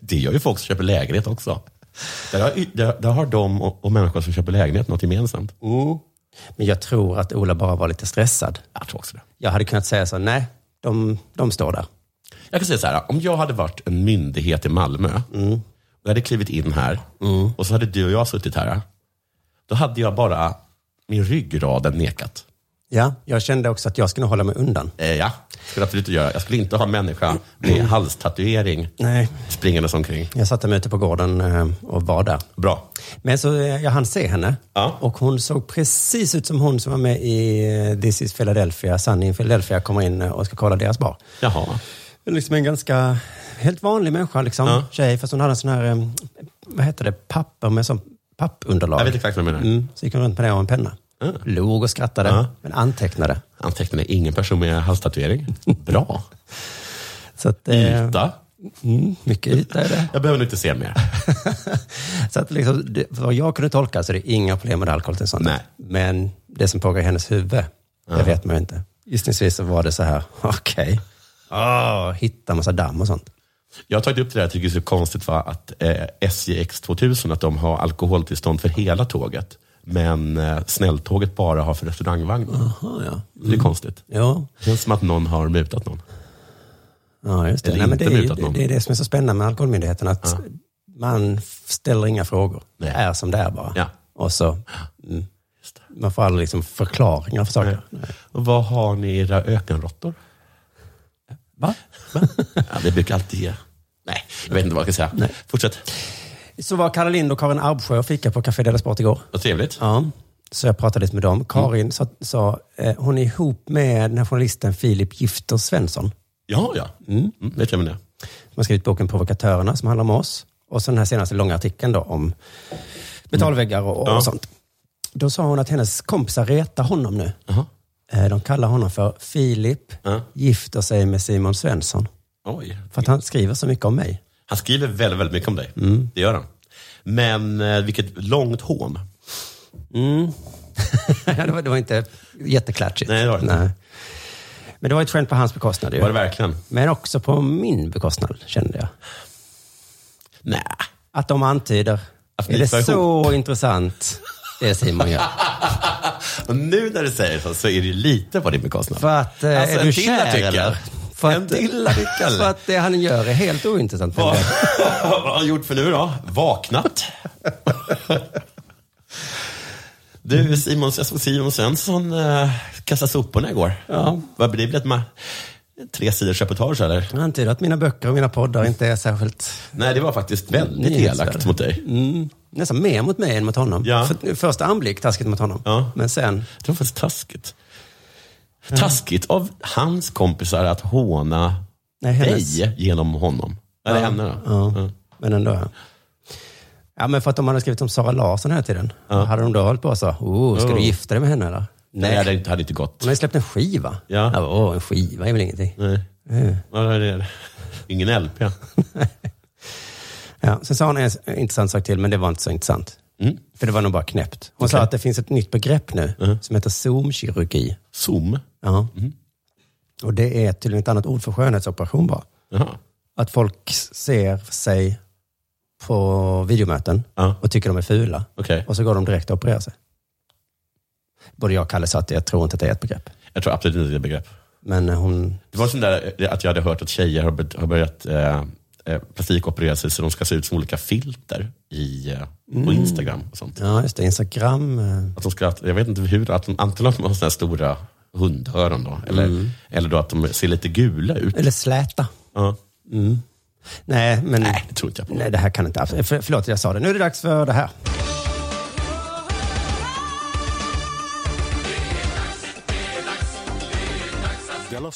Speaker 2: Det gör ju folk som köper lägenhet också. Där har, där, där har de och, och människor som köper lägenhet något gemensamt.
Speaker 4: Mm. Men jag tror att Ola bara var lite stressad.
Speaker 2: Jag tror också det.
Speaker 4: Jag hade kunnat säga så, nej, de, de står där.
Speaker 2: Jag kan säga så här, om jag hade varit en myndighet i Malmö
Speaker 4: Mm.
Speaker 2: och hade klivit in här och så hade du och jag suttit här. Då hade jag bara min ryggraden nekat.
Speaker 4: Ja, jag kände också att jag skulle hålla mig undan.
Speaker 2: Eh, ja, skulle absolut inte göra. Jag skulle inte ha en människa med halstatuering
Speaker 4: Nej.
Speaker 2: springandes omkring.
Speaker 4: Jag satte mig ute på gården eh, och var där.
Speaker 2: Bra.
Speaker 4: Men så eh, jag hann se henne.
Speaker 2: Ja.
Speaker 4: Och hon såg precis ut som hon som var med i eh, This is Philadelphia. Sunny in Philadelphia kommer in eh, och ska kolla deras bar.
Speaker 2: Jaha.
Speaker 4: Liksom en ganska helt vanlig människa, liksom.
Speaker 2: Ja.
Speaker 4: Tjej, fast hon hade en sån här, eh, vad heter det, papper med sån pappunderlag.
Speaker 2: Jag vet exakt vad du menar.
Speaker 4: Mm, så gick hon runt med det och en penna. Log och skrattade,
Speaker 2: Ja.
Speaker 4: men antecknade.
Speaker 2: Antecknade ingen person med halstatuering. Bra.
Speaker 4: Så att, eh,
Speaker 2: Yta.
Speaker 4: Mm, mycket yta är det.
Speaker 2: Jag behöver nog inte se mer.
Speaker 4: Så att liksom, det, vad jag kunde tolka så är det inga problem med alkoholtillståndet.
Speaker 2: Nej.
Speaker 4: Men det som pågår i hennes huvud, det vet Ah. man ju inte. Gissningsvis så var det så här, okej, okay. hitta massa damm och sånt.
Speaker 2: Jag har tagit upp det där, jag tycker det är så konstigt va, att eh, SJX 2000, att de har alkoholtillstånd för hela tåget. Men eh, snälltåget bara har för restaurangvagnen.
Speaker 4: Aha, Ah, ja.
Speaker 2: Det är konstigt.
Speaker 4: Ja,
Speaker 2: Det känns som att någon har mutat någon.
Speaker 4: ja just det.
Speaker 2: Eller
Speaker 4: Nej, men det,
Speaker 2: inte
Speaker 4: är, ju-
Speaker 2: mutat någon.
Speaker 4: det är det som är så spännande med Alkoholmyndigheten. Att Man f- ställer inga frågor.
Speaker 2: Nej.
Speaker 4: Det är som det är bara.
Speaker 2: Ja.
Speaker 4: Och så, mm. Man får aldrig liksom förklaringar för saker.
Speaker 2: Och vad har ni i era ökenråttor?
Speaker 4: Va?
Speaker 2: Ja, vi brukar alltid ge. Nej, jag vet inte vad jag ska säga. Fortsätt.
Speaker 4: Så var Kalle Lind och Karin Arbsjö och fika på Café Della Sport igår.
Speaker 2: Vad trevligt.
Speaker 4: Ja, så jag pratade lite med dem. Karin sa, sa eh, hon är ihop med den här journalisten Filip Gifter Svensson.
Speaker 2: Ja, ja. Mm. vet jag vem det är.
Speaker 4: som har skrivit boken Provokatörerna som handlar om oss. Och så den här senaste långa artikeln då om betalväggar och, och
Speaker 2: Ja.
Speaker 4: sånt. Då sa hon att hennes kompisar retar honom nu. Eh, De kallar honom för Filip,
Speaker 2: Ja.
Speaker 4: gifter sig med Simon Svensson.
Speaker 2: Oj.
Speaker 4: För att han skriver så mycket om mig.
Speaker 2: Han skriver väldigt, väldigt mycket om dig. Det gör han. Men eh, vilket långt hån.
Speaker 4: det, var, det var inte jätteklatschigt.
Speaker 2: Nej, det var det inte.
Speaker 4: Men det var ett skämt på hans bekostnad ju.
Speaker 2: Var det verkligen?
Speaker 4: Men också på min bekostnad, kände jag.
Speaker 2: Nej.
Speaker 4: Att de antyder.
Speaker 2: Att ni
Speaker 4: är det
Speaker 2: två är
Speaker 4: så intressant, det Simon gör?
Speaker 2: Och nu när du säger så, så är det lite på din bekostnad.
Speaker 4: För att, eh,
Speaker 2: Alltså,
Speaker 4: är
Speaker 2: en
Speaker 4: du
Speaker 2: till
Speaker 4: kär
Speaker 2: artikel.
Speaker 4: eller? För
Speaker 2: En
Speaker 4: att,
Speaker 2: till artikel.
Speaker 4: För att det han gör är helt ointressant.
Speaker 2: Vad vad har han gjort för nu då? Vaknat? Du, Simon, jag såg Simon Svensson eh, kasta soporna igår. Ja. Vad blir det? Med tre sidors reportage eller?
Speaker 4: Han antyder att mina böcker och mina poddar inte är särskilt...
Speaker 2: Nej, det var faktiskt väldigt
Speaker 4: Nyhetsvärd.
Speaker 2: elakt mot dig.
Speaker 4: Mm, nästan mer mot mig än mot honom.
Speaker 2: Ja.
Speaker 4: För, första anblick taskigt mot honom.
Speaker 2: Ja.
Speaker 4: Men sen...
Speaker 2: Det var faktiskt taskigt. Taskigt av hans kompisar att håna
Speaker 4: Nej, hennes.
Speaker 2: dig genom honom. Eller henne då.
Speaker 4: Ja,
Speaker 2: Ja.
Speaker 4: Men ändå. Ja. ja, men för att de hade skrivit om Sara Larsson hela tiden. Hade de då hållit på och sa, oh, ska du
Speaker 2: Oh.
Speaker 4: gifta dig med henne eller?
Speaker 2: Nej, det hade inte, hade inte gått.
Speaker 4: Hon har ju släppt en skiva.
Speaker 2: Ja.
Speaker 4: åh, en skiva är väl ingenting.
Speaker 2: Nej.
Speaker 4: Eh.
Speaker 2: Vad är det? Ingen LP.
Speaker 4: Ja, sen sa hon en s- en intressant sak till, men det var inte så intressant.
Speaker 2: Mm.
Speaker 4: För det var nog bara knäppt. Hon sa
Speaker 2: Okej. Uh-huh.
Speaker 4: att det finns ett nytt begrepp nu som heter zoomkirurgi.
Speaker 2: Zoom.
Speaker 4: Ja.
Speaker 2: Mm-hmm.
Speaker 4: Och det är tydligen ett annat ord för skönhetsoperation bara.
Speaker 2: Jaha.
Speaker 4: Att folk s- ser sig på videomöten
Speaker 2: Ja.
Speaker 4: och tycker de är fula.
Speaker 2: Okej.
Speaker 4: Och så går de direkt och opererar sig. Både jag och Kalle sa att jag tror inte att det är ett begrepp.
Speaker 2: Jag tror absolut inte det är ett begrepp.
Speaker 4: Men eh, hon...
Speaker 2: Det var sån där eh, att jag hade hört att tjejer har börjat, har börjat eh, eh, plastikoperera sig så de ska se ut som olika filter i, eh, på
Speaker 4: Mm.
Speaker 2: Instagram och sånt.
Speaker 4: Ja, just det. Instagram. eh,
Speaker 2: Att de ska, jag vet inte hur, att de, antingen att de har såna här stora hundöron då, eller,
Speaker 4: Mm.
Speaker 2: eller då att de ser lite gula ut.
Speaker 4: Eller släta.
Speaker 2: Ja.
Speaker 4: Nej, men...
Speaker 2: Nej, det tror inte jag på.
Speaker 4: Nej, det här kan inte... alls- eh, För, förlåt, jag sa det. Nu är det dags för det här.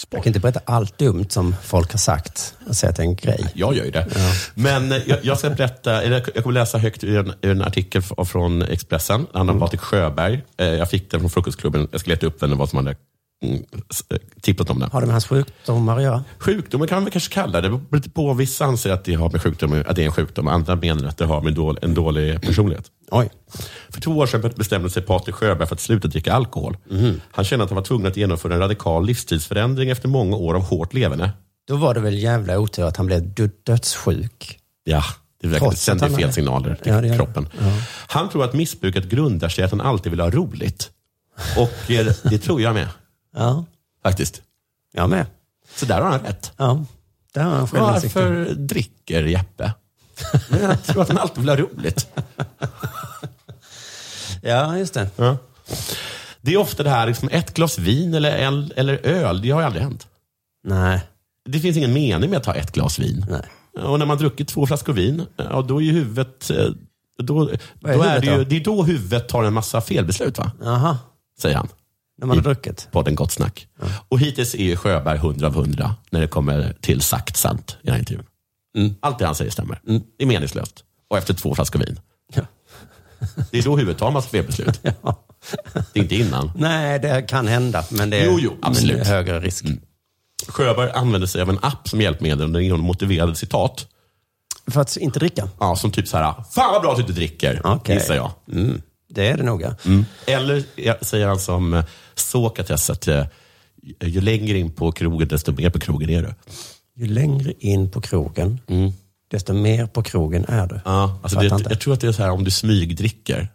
Speaker 4: Jag kan inte berätta allt dumt som folk har sagt och säga att det är en grej.
Speaker 2: Jag gör ju det. Men eh, jag, jag ska berätta, eller jag kommer läsa högt ur en, ur en artikel f- från Expressen. Det
Speaker 4: Mm.
Speaker 2: handlar om Patrik Sjöberg. Eh, Jag fick den från Frukostklubben. Jag ska leta upp den och vad som hade mm, s- eh, tippat om den.
Speaker 4: Har det med hans sjukdomar att göra?
Speaker 2: Sjukdomen kan man väl kanske kalla det. Det beror lite på. Vissa anser att det, har med sjukdom, att det är en sjukdom, andra menar att det har med dål, en dålig personlighet.
Speaker 4: Oj.
Speaker 2: För två år sedan bestämde sig Patrik Sjöberg för att sluta dricka alkohol.
Speaker 4: Mhm.
Speaker 2: Han kände att han var tvungen att genomföra en radikal livstidsförändring efter många år av hårt leverne.
Speaker 4: Då var det väl jävla otur att han blev dö- dödssjuk.
Speaker 2: Ja, det verkar
Speaker 4: Trots
Speaker 2: sänder
Speaker 4: att han
Speaker 2: fel
Speaker 4: är-
Speaker 2: signaler till
Speaker 4: Ja, det gör det.
Speaker 2: kroppen. Han tror att missbruket grundar sig i att han alltid vill ha roligt. Och eh, det tror jag med,
Speaker 4: Ja,
Speaker 2: faktiskt.
Speaker 4: jag med.
Speaker 2: Så där har han rätt.
Speaker 4: Ja, där har han självinsikten.
Speaker 2: Varför dricker Jeppe? Men jag tror att han alltid vill ha roligt.
Speaker 4: Ja, just det.
Speaker 2: Ja. Det är ofta det här, liksom, ett glas vin eller, el, eller öl, det har ju aldrig hänt.
Speaker 4: Nej,
Speaker 2: Det finns ingen mening med att ta ett glas vin.
Speaker 4: nej.
Speaker 2: Och när man druckit två flaskor vin, ja, då är ju huvudet... eh, Då, då
Speaker 4: Vad är
Speaker 2: är
Speaker 4: huvudet
Speaker 2: det, ju,
Speaker 4: då?
Speaker 2: det är då huvudet tar en massa felbeslut, va?
Speaker 4: Jaha,
Speaker 2: säger han.
Speaker 4: när man har druckit.
Speaker 2: podden Gott Snack. Och hittills är ju Sjöberg 100 av 100 när det kommer till sagt sant i den här intervjun.
Speaker 4: Mm.
Speaker 2: Allt det han säger stämmer. Det är meningslöst. Och efter två flaskor vin.
Speaker 4: Ja.
Speaker 2: Det är då huvudet tar en massa felbeslut. Det är inte innan.
Speaker 4: Nej, det kan hända, men det är,
Speaker 2: Jo, jo,
Speaker 4: men det är
Speaker 2: absolut.
Speaker 4: högre risk.
Speaker 2: Sjöberg använde sig av en app som hjälpmedel och den innehåller motiverade citat.
Speaker 4: För att inte dricka?
Speaker 2: Ja, som typ så här, fan vad bra att du inte dricker,
Speaker 4: Okej.
Speaker 2: gissar jag.
Speaker 4: Mm, det är det noga.
Speaker 2: Eller eh, säger han som eh, Sokrates, att eh, ju längre in på krogen, desto mer på krogen är du.
Speaker 4: ju längre in på krogen, desto mer på krogen är du.
Speaker 2: Mm. Ja, alltså det,
Speaker 4: Fattar inte.
Speaker 2: jag tror att det är så här om du smygdricker.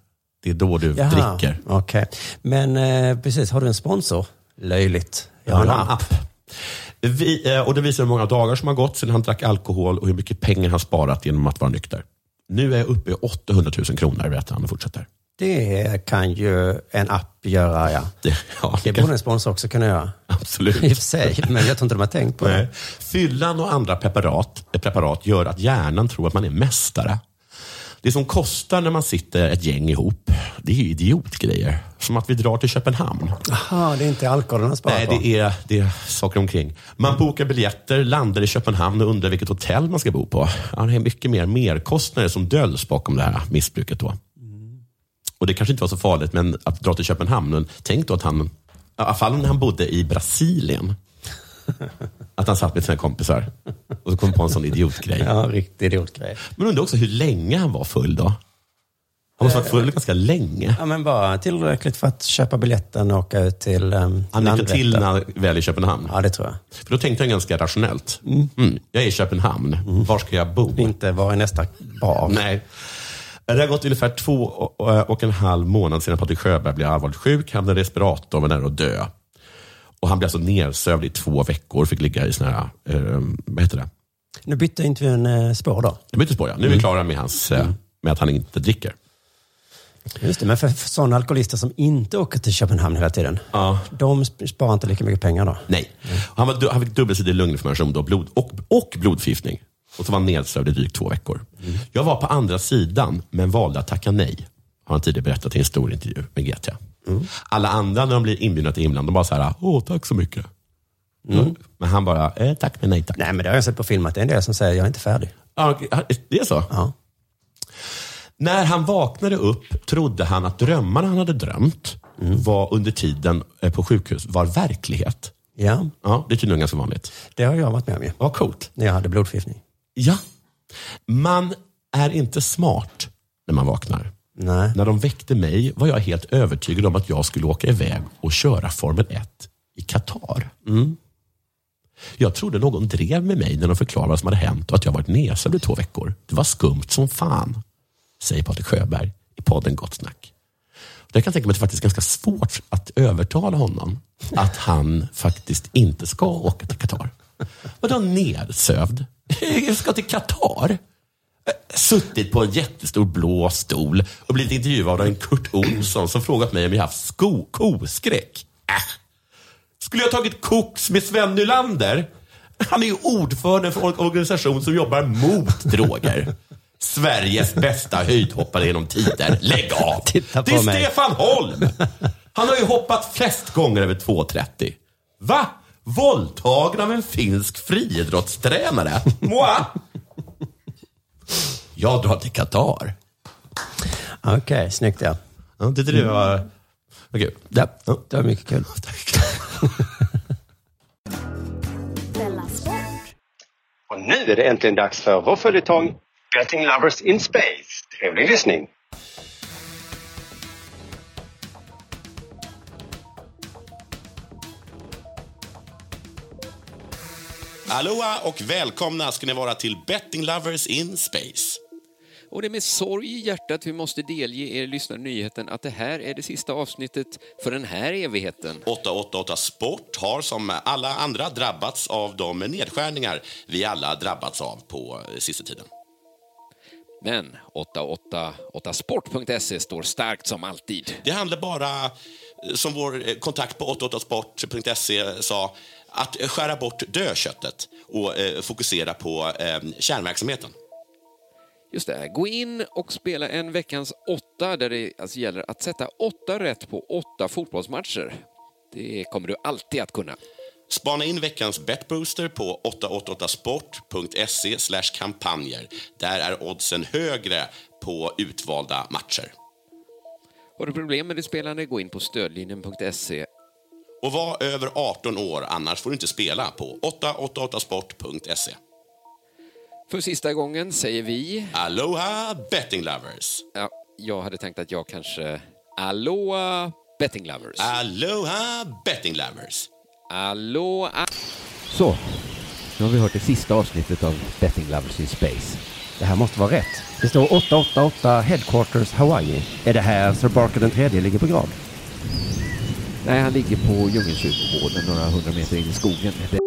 Speaker 2: Det är då du
Speaker 4: Jaha,
Speaker 2: dricker.
Speaker 4: Okej. Men eh, precis, har du en sponsor? Löjligt. Jag har en app.
Speaker 2: Vi, eh, och det visar hur många dagar som har gått sedan han drack alkohol och hur mycket pengar han sparat genom att vara nykter. Nu är jag uppe i 800 000 kronor, berättar han och fortsätter.
Speaker 4: Det kan ju en app göra, ja.
Speaker 2: Det, ja,
Speaker 4: Det borde en sponsor också kunna göra.
Speaker 2: absolut.
Speaker 4: I och för sig, men jag tror inte de har tänkt på
Speaker 2: Nej.
Speaker 4: det.
Speaker 2: Fyllan och andra preparat, eh, preparat gör att hjärnan tror att man är mästare. Det som kostar när man sitter ett gäng ihop, det är ju idiotgrejer. Som att vi drar till Köpenhamn.
Speaker 4: Jaha, det är inte alkoholen de sparar
Speaker 2: Nej,
Speaker 4: på.
Speaker 2: det är, det är saker omkring. Man bokar biljetter, landar i Köpenhamn och undrar vilket hotell man ska bo på. Ja, det är mycket mer merkostnader som döljs bakom det här missbruket. Då. Och Det kanske inte var så farligt, men att dra till Köpenhamn. men Tänk då att han, i alla fall när han bodde i Brasilien, att han satt med sina kompisar och så kom på en sån idiotgrej.
Speaker 4: Ja, riktig idiotgrej.
Speaker 2: Men undrar också hur länge han var full då. Han måste ha varit full ganska länge.
Speaker 4: Ja, men bara tillräckligt för att köpa biljetten och åka ut till um,
Speaker 2: Han nyktrade till när han väl i Köpenhamn.
Speaker 4: Ja, det tror jag.
Speaker 2: För då tänkte jag ganska rationellt. Mm. Jag är i Köpenhamn. Var ska jag bo?
Speaker 4: Inte vara i nästa bar.
Speaker 2: Nej. Det har gått ungefär två och- och en halv månad sedan Patrik Sjöberg blev allvarligt sjuk, hamnade i respirator och var nära att dö. Och han blev alltså nersövd i två veckor, fick ligga i såna här, eh, vad heter det?
Speaker 4: Nu bytte intervjun eh, spår då.
Speaker 2: Jag bytte spår, ja. Nu är vi klara med, hans, eh, med att han inte dricker.
Speaker 4: Just det, men för, för sådana alkoholister som inte åker till Köpenhamn hela tiden,
Speaker 2: Ja.
Speaker 4: de sp- sparar inte lika mycket pengar då?
Speaker 2: Nej. Och Han, var, du- han fick dubbelsidig lunginflammation då, blod och, och blodförgiftning. Och så var han nedsövd i drygt två veckor. Jag var på andra sidan, men valde att tacka nej. Har han tidigare berättat i en stor intervju med GT. Alla andra när de blir inbjudna till himlen, de bara så här, åh tack så mycket. Men han bara, eh, tack men nej tack.
Speaker 4: Nej, men det har jag sett på film att det är en del som säger jag är inte färdig.
Speaker 2: Ja, det är så?
Speaker 4: Ja.
Speaker 2: När han vaknade upp trodde han att drömmarna han hade drömt var under tiden eh, på sjukhus var verklighet.
Speaker 4: Ja,
Speaker 2: Ja, det är tydligen ganska vanligt.
Speaker 4: det har jag varit med om ju.
Speaker 2: Vad coolt.
Speaker 4: När jag hade blodförgiftning.
Speaker 2: Ja. Man är inte smart när man vaknar.
Speaker 4: Nej.
Speaker 2: När de väckte mig var jag helt övertygad om att jag skulle åka iväg och köra Formel 1 i Qatar. Jag trodde någon drev med mig när de förklarade vad som hade hänt och att jag varit nedsövd i två veckor. Det var skumt som fan, säger Patrik Sjöberg i podden Gott Snack. Jag kan tänka mig att det faktiskt är ganska svårt att övertala honom att han faktiskt inte ska åka till Qatar. Vadå nedsövd? Jag ska till Qatar? suttit på en jättestor blå stol och blivit intervjuad av en Kurt Olsson som frågat mig om jag haft sko, koskräck. Äh. Skulle jag tagit koks med Sven Nylander? Han är ju ordförande för en organisation som jobbar mot droger. Sveriges bästa höjdhoppare genom tider. Lägg av!
Speaker 4: Titta på
Speaker 2: det är
Speaker 4: mig.
Speaker 2: Stefan Holm! Han har ju hoppat flest gånger över 2,30. Va? Våldtagen av en finsk friidrottstränare? Moa? Jag drar till Qatar.
Speaker 4: Okej, snyggt ja.
Speaker 2: Ja, det tyckte du var... Vad kul.
Speaker 4: ja. Det var mycket kul.
Speaker 5: Och nu är det äntligen dags för vår följetong Getting Lovers in Space. Trevlig lyssning!
Speaker 2: Alloa och välkomna ska ni vara till Betting Lovers in Space.
Speaker 6: Och det är med sorg i hjärtat vi måste delge er lyssnare nyheten att det här är det sista avsnittet för den här evigheten.
Speaker 2: 888 Sport har som alla andra drabbats av de nedskärningar vi alla drabbats av på eh, sista tiden.
Speaker 6: Men 888sport.se står starkt som alltid.
Speaker 2: Det handlar bara, eh, som vår eh, kontakt på 888sport.se sa, att eh, skära bort dödköttet och eh, fokusera på eh, kärnverksamheten.
Speaker 6: Just det, här, gå in och spela en veckans åtta där det alltså gäller att sätta åtta rätt på åtta fotbollsmatcher. Det kommer du alltid att kunna.
Speaker 2: Spana in veckans Betbooster på 888sport.se slash kampanjer. Där är oddsen högre på utvalda matcher.
Speaker 6: Har du problem med ditt spelande, gå in på stödlinjen.se.
Speaker 2: Och var över 18 år, annars får du inte spela på 888sport.se.
Speaker 6: För sista gången säger vi...
Speaker 2: Aloha betting lovers!
Speaker 6: Ja, jag hade tänkt att jag kanske... Aloha betting lovers!
Speaker 2: Ah. Aloha betting lovers!
Speaker 6: Aloha!
Speaker 7: Så. Nu har vi hört det sista avsnittet av Betting Lovers in Space. Det här måste vara rätt. Det står 888 Headquarters Hawaii. Är det här Sir Barker den tredje ligger på grav? Nej, han ligger på djungelkyrkogården några hundra meter in i skogen. Det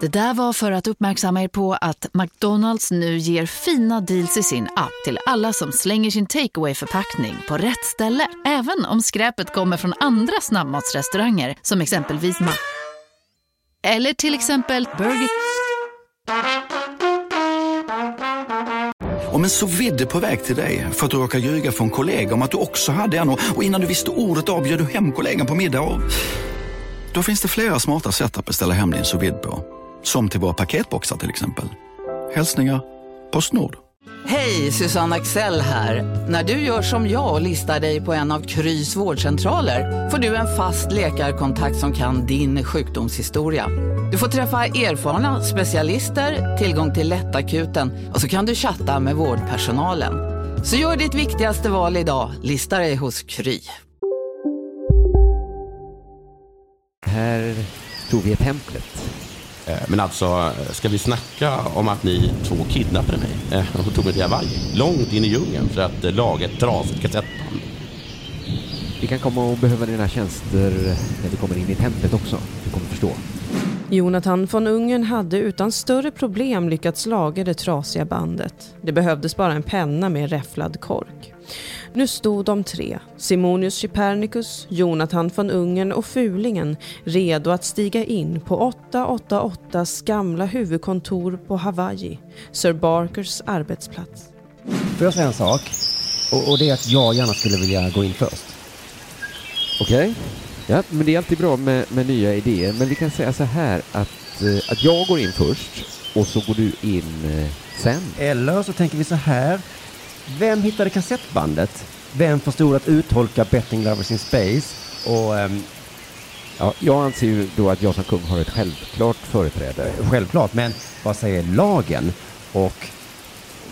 Speaker 8: Det där var för att uppmärksamma er på att McDonalds nu ger fina deals i sin app till alla som slänger sin takeaway förpackning på rätt ställe. Även om skräpet kommer från andra snabbmatsrestauranger som exempelvis Ma... Eller till exempel Burger...
Speaker 9: Om en så vidde på väg till dig för att du råkar ljuga från kollega om att du också hade en och och innan du visste ordet av bjöd du hem kollegan på middag och... Då finns det flera smarta sätt att beställa hem din sous vide på. Som till våra paketboxar till exempel. Hälsningar Postnord.
Speaker 10: Hej, Susanne Axel här. När du gör som jag och listar dig på en av Krys vårdcentraler får du en fast läkarkontakt som kan din sjukdomshistoria. Du får träffa erfarna specialister, tillgång till lättakuten och så kan du chatta med vårdpersonalen. Så gör ditt viktigaste val idag, listar dig hos Kry.
Speaker 7: här tog vi templet.
Speaker 2: Eh, Men alltså, eh, ska vi snacka om att ni två kidnappade mig eh, och tog mig till Hawaii? Långt in i djungeln för att eh, laga ett trasigt kassettband.
Speaker 7: Vi kan komma och behöva dina tjänster när vi kommer in i templet också. Du kommer förstå.
Speaker 3: Jonathan von Ungern hade utan större problem lyckats laga det trasiga bandet. Det behövdes bara en penna med räfflad kork. Nu stod de tre, Simonius Chypernicus, Jonathan von Ungern och Fulingen, redo att stiga in på 888s gamla huvudkontor på Hawaii, Sir Barkers arbetsplats.
Speaker 4: Får jag säga en sak? Och, och det är att jag gärna skulle vilja gå in först.
Speaker 7: Okej. Ja, men det är alltid bra med, med nya idéer. Men vi kan säga så här att, eh, att jag går in först och så går du in eh, sen.
Speaker 4: Eller så tänker vi så här. Vem hittade kassettbandet? Vem förstod att uttolka Betting Lovers in Space? Och ehm,
Speaker 7: Ja, jag anser ju då att jag som kung har ett självklart företräde.
Speaker 4: självklart, men vad säger lagen? Och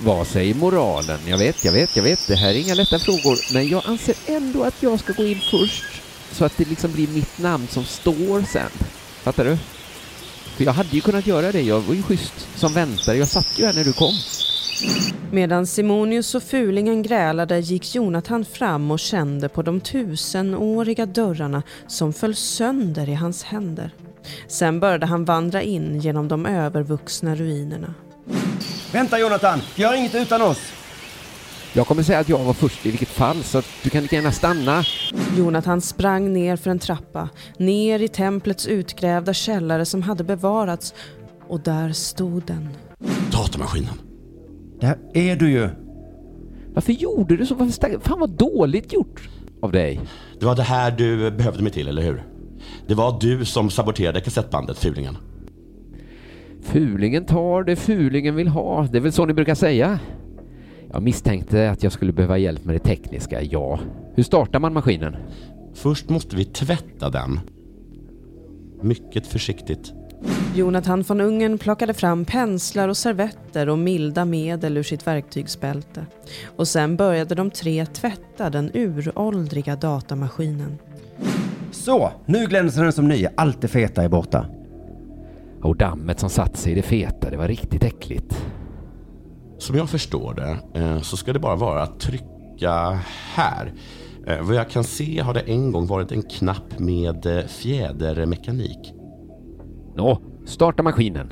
Speaker 7: Vad säger moralen? Jag vet, jag vet, jag vet. Det här är inga lätta frågor. Men jag anser ändå att jag ska gå in först. Så att det liksom blir mitt namn som står sen. Fattar du? För jag hade ju kunnat göra det. Jag var ju schysst som väntare. Jag satt ju här när du kom.
Speaker 3: Medan Simonius och Fulingen grälade gick Jonathan fram och kände på de tusenåriga dörrarna som föll sönder i hans händer. Sen började han vandra in genom de övervuxna ruinerna.
Speaker 4: Vänta Jonathan, gör inget utan oss!
Speaker 7: Jag kommer säga att jag var först i vilket fall, så att du kan lika gärna stanna.
Speaker 3: Jonathan sprang ner för en trappa, ner i templets utgrävda källare som hade bevarats och där stod den.
Speaker 2: Datamaskinen.
Speaker 4: Där är du ju!
Speaker 7: Varför gjorde du så? Varför stann- Fan vad dåligt gjort av dig.
Speaker 2: Det var det här du behövde mig till, eller hur? Det var du som saboterade kassettbandet, fulingen.
Speaker 7: Fulingen tar det fulingen vill ha. Det är väl så ni brukar säga? Jag misstänkte att jag skulle behöva hjälp med det tekniska, ja. Hur startar man maskinen?
Speaker 2: Först måste vi tvätta den. Mycket försiktigt.
Speaker 3: Jonathan von Ungern plockade fram penslar och servetter och milda medel ur sitt verktygsbälte. Och sen började de tre tvätta den uråldriga datamaskinen.
Speaker 4: Så, nu glänser den som ny. Allt det feta är borta.
Speaker 7: Och dammet som satt sig i det feta, det var riktigt äckligt.
Speaker 2: Som jag förstår det eh, så ska det bara vara att trycka här. Eh, Vad jag kan se har det en gång varit en knapp med eh, fjädermekanik.
Speaker 7: Nå, starta maskinen.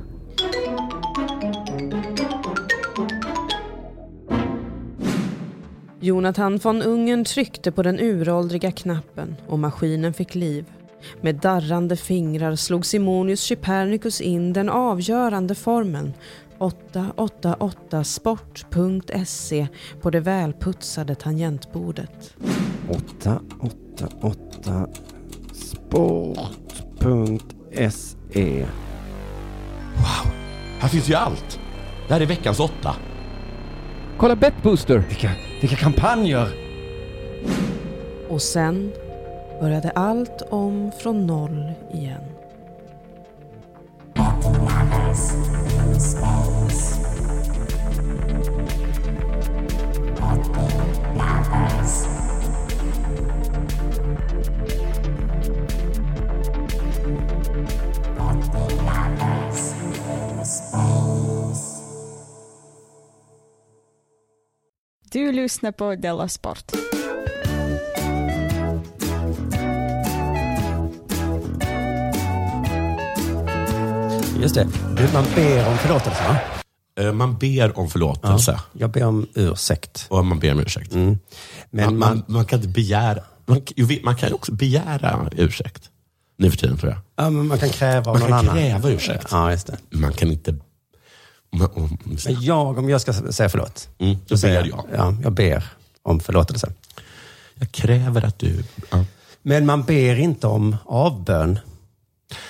Speaker 3: Jonathan von Ungern tryckte på den uråldriga knappen och maskinen fick liv. Med darrande fingrar slog Simonius Chypernicus in den avgörande formeln 888sport.se på det välputsade tangentbordet.
Speaker 4: 888 sport.se
Speaker 2: Här finns ju allt! Det här är veckans åtta.
Speaker 7: Kolla Betbooster!
Speaker 4: Vilka, vilka kampanjer!
Speaker 3: Och sen började allt om från noll igen.
Speaker 11: Du lyssnar på Della Sport.
Speaker 4: Just det. Du, man ber om förlåtelse va?
Speaker 2: Eh, Man ber om förlåtelse.
Speaker 4: Jag ber om ursäkt.
Speaker 2: Och man ber om ursäkt.
Speaker 4: Mm.
Speaker 2: Men man, man, man kan inte begära. Man, jo, vi- man kan ju också begära ursäkt. Nu för tiden tror jag.
Speaker 4: Ja, men man kan kräva av
Speaker 2: Man
Speaker 4: någon
Speaker 2: kan
Speaker 4: annan.
Speaker 2: kräva ursäkt.
Speaker 4: Ja, just det.
Speaker 2: Man kan inte... Man, om,
Speaker 4: Men jag, om jag ska säga förlåt.
Speaker 2: Mm, då
Speaker 4: så säger
Speaker 2: ber jag.
Speaker 4: Ja, jag ber om förlåtelse.
Speaker 2: Jag kräver att du... Ja.
Speaker 4: Men man ber inte om avbön.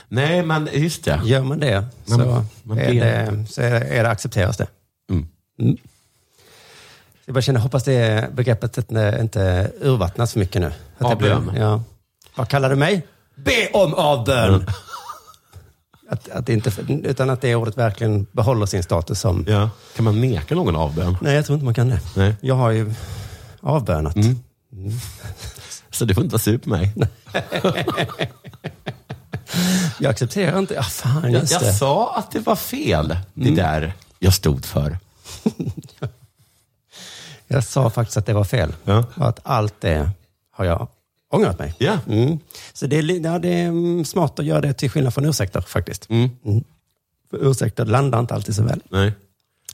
Speaker 2: Nej, men just det.
Speaker 4: Gör man det,
Speaker 2: Man-
Speaker 4: så,
Speaker 2: man
Speaker 4: är
Speaker 2: ber
Speaker 4: det, så är, är det, accepteras det. Mm. Jag bara känner, hoppas det begreppet inte, inte urvattnas för mycket nu. Att det blir-
Speaker 2: Avbön.
Speaker 4: ja. Vad kallar du mig? Be om avbön!
Speaker 2: Mm.
Speaker 4: Att, att det inte, utan att det ordet verkligen behåller sin status som...
Speaker 2: Ja. Kan man neka någon avbön?
Speaker 4: Nej, jag tror inte man kan det.
Speaker 2: Nej. Mm.
Speaker 4: Jag har ju avbönat.
Speaker 2: Så du får inte vara sur på mig.
Speaker 4: Jag accepterar inte... Ah, fan,
Speaker 2: Jag,
Speaker 4: just
Speaker 2: jag
Speaker 4: det.
Speaker 2: sa att det var fel, det
Speaker 4: Mm.
Speaker 2: där jag stod för.
Speaker 4: Jag sa faktiskt att det var fel. Och att allt det har jag ångrat mig.
Speaker 2: Ja.
Speaker 4: Mm. Så det är, li- ja, det är mm, smart att göra det till skillnad från ursäkter faktiskt. Mm. För ursäkter landar inte alltid så väl.
Speaker 2: Nej.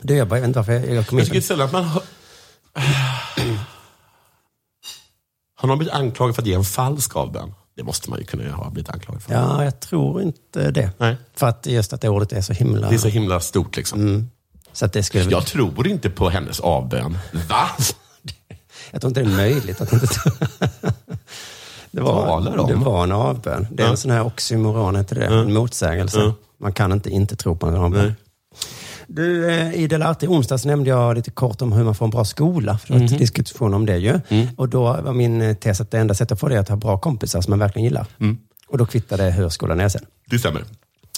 Speaker 4: Det är jag bara, jag vet inte varför jag, jag kom
Speaker 2: Jag
Speaker 4: in på
Speaker 2: tycker
Speaker 4: det.
Speaker 2: sällan att man hör... Har någon blivit anklagad för att ge en falsk avbön? Det måste man ju kunna ha blivit anklagad för.
Speaker 4: Ja, jag tror inte det. För att just att det ordet är så himla...
Speaker 2: Det är så himla stort liksom.
Speaker 4: Så att det skulle...
Speaker 2: Jag tror inte på hennes avbön. Mm. Va?
Speaker 4: Jag tror inte det är möjligt att inte... det,
Speaker 2: Talar om.
Speaker 4: var, det var en avbön. Det är
Speaker 2: Ja.
Speaker 4: en sån här oxymoron, heter det? En motsägelse.
Speaker 2: Ja.
Speaker 4: Man kan inte inte tro på en avbön. Du, eh, i Delarte i onsdags nämnde jag lite kort om hur man får en bra skola. För det var en
Speaker 2: Mhm.
Speaker 4: diskussion om det ju.
Speaker 2: Mm.
Speaker 4: Och då var min eh, tes att det enda sättet att få det är att ha bra kompisar som man verkligen gillar.
Speaker 2: Mm.
Speaker 4: Och då kvittar det hur skolan är sen.
Speaker 2: Det stämmer.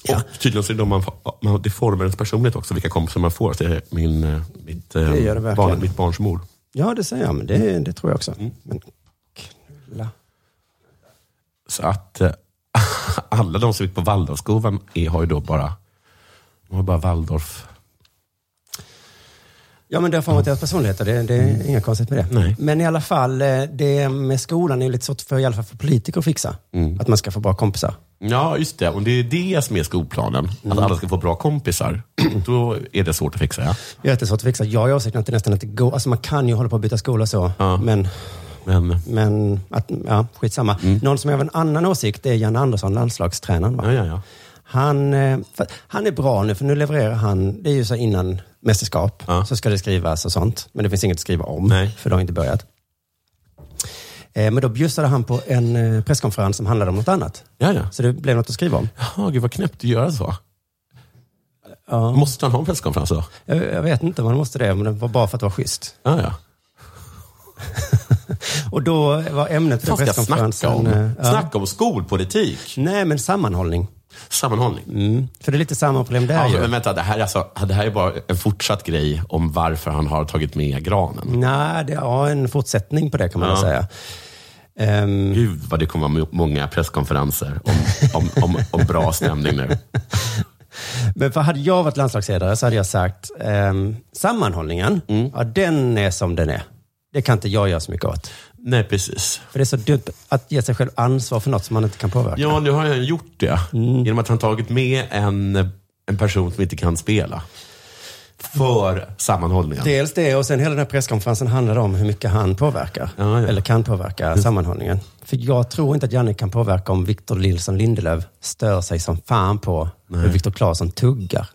Speaker 2: Och tydligen så är det, de man, får- man, det formar ens personlighet också, vilka kompisar man får. Det är min, eh, mitt, eh,
Speaker 4: Det gör det verkligen.
Speaker 2: barn, mitt barns mor.
Speaker 4: Ja, det säger jag. Men
Speaker 2: Mm.
Speaker 4: det, det tror jag också. Men knulla.
Speaker 2: Så att eh, alla de som gick på Waldorfskolan är- har ju då bara, de har bara Waldorf.
Speaker 4: Ja, men det har format deras personligheter. Det, det är inga konstigt med det. Men i alla fall, eh, det med skolan är ju lite svårt för, i alla fall för politiker att fixa. Att man ska få bra kompisar.
Speaker 2: Ja, just det. Och det är det som är skolplanen. Att alla ska få bra kompisar. Då är det svårt att fixa, ja.
Speaker 4: Jättesvårt att fixa. Jag är åsikten att det nästan inte går. Alltså man kan ju hålla på att byta skola och så. Men,
Speaker 2: men.
Speaker 4: att, ja, skitsamma. Någon som har en annan åsikt det är Janne Andersson, landslagstränaren. Va? Han, eh, för, han är bra nu, för nu levererar han. Det är ju så innan mästerskap så ska det skrivas och sånt. Men det finns inget att skriva om, för det har inte börjat. Eh, Men då bjussade han på en eh, presskonferens som handlade om något annat. Så det blev något att skriva om.
Speaker 2: Jaha, gud vad knäppt att göra så. Måste han ha en presskonferens då?
Speaker 4: Jag, jag vet inte om han måste det, men det var bara för att vara schysst.
Speaker 2: Ja, ja.
Speaker 4: Och då var ämnet för
Speaker 2: Vad fan ska jag
Speaker 4: presskonferensen...
Speaker 2: snacka om?
Speaker 4: eh, ja.
Speaker 2: Snacka om skolpolitik?
Speaker 4: Nej, men sammanhållning.
Speaker 2: Sammanhållning?
Speaker 4: Mm. För det är lite samma problem där
Speaker 2: Ja,
Speaker 4: ju.
Speaker 2: men vänta, det här, är alltså, det här är bara en fortsatt grej om varför han har tagit med granen.
Speaker 4: Nej, det är en fortsättning på det kan man väl säga. Ehm,
Speaker 2: Gud vad det kommer vara många presskonferenser om, om, om, om bra stämning nu.
Speaker 4: Men för hade jag varit landslagsledare så hade jag sagt, ehm, sammanhållningen, ja, den är som den är. Det kan inte jag göra så mycket åt.
Speaker 2: Nej, precis.
Speaker 4: För det är så dumt att ge sig själv ansvar för något som man inte kan påverka.
Speaker 2: Ja, nu har han gjort det. Genom att han tagit med en, en person som inte kan spela. För sammanhållningen.
Speaker 4: Dels det och sen hela den här presskonferensen handlade om hur mycket han påverkar. Eller kan påverka sammanhållningen. För jag tror inte att Janne kan påverka om Victor Nilsson Lindelöf stör sig som fan på hur Victor Claesson tuggar.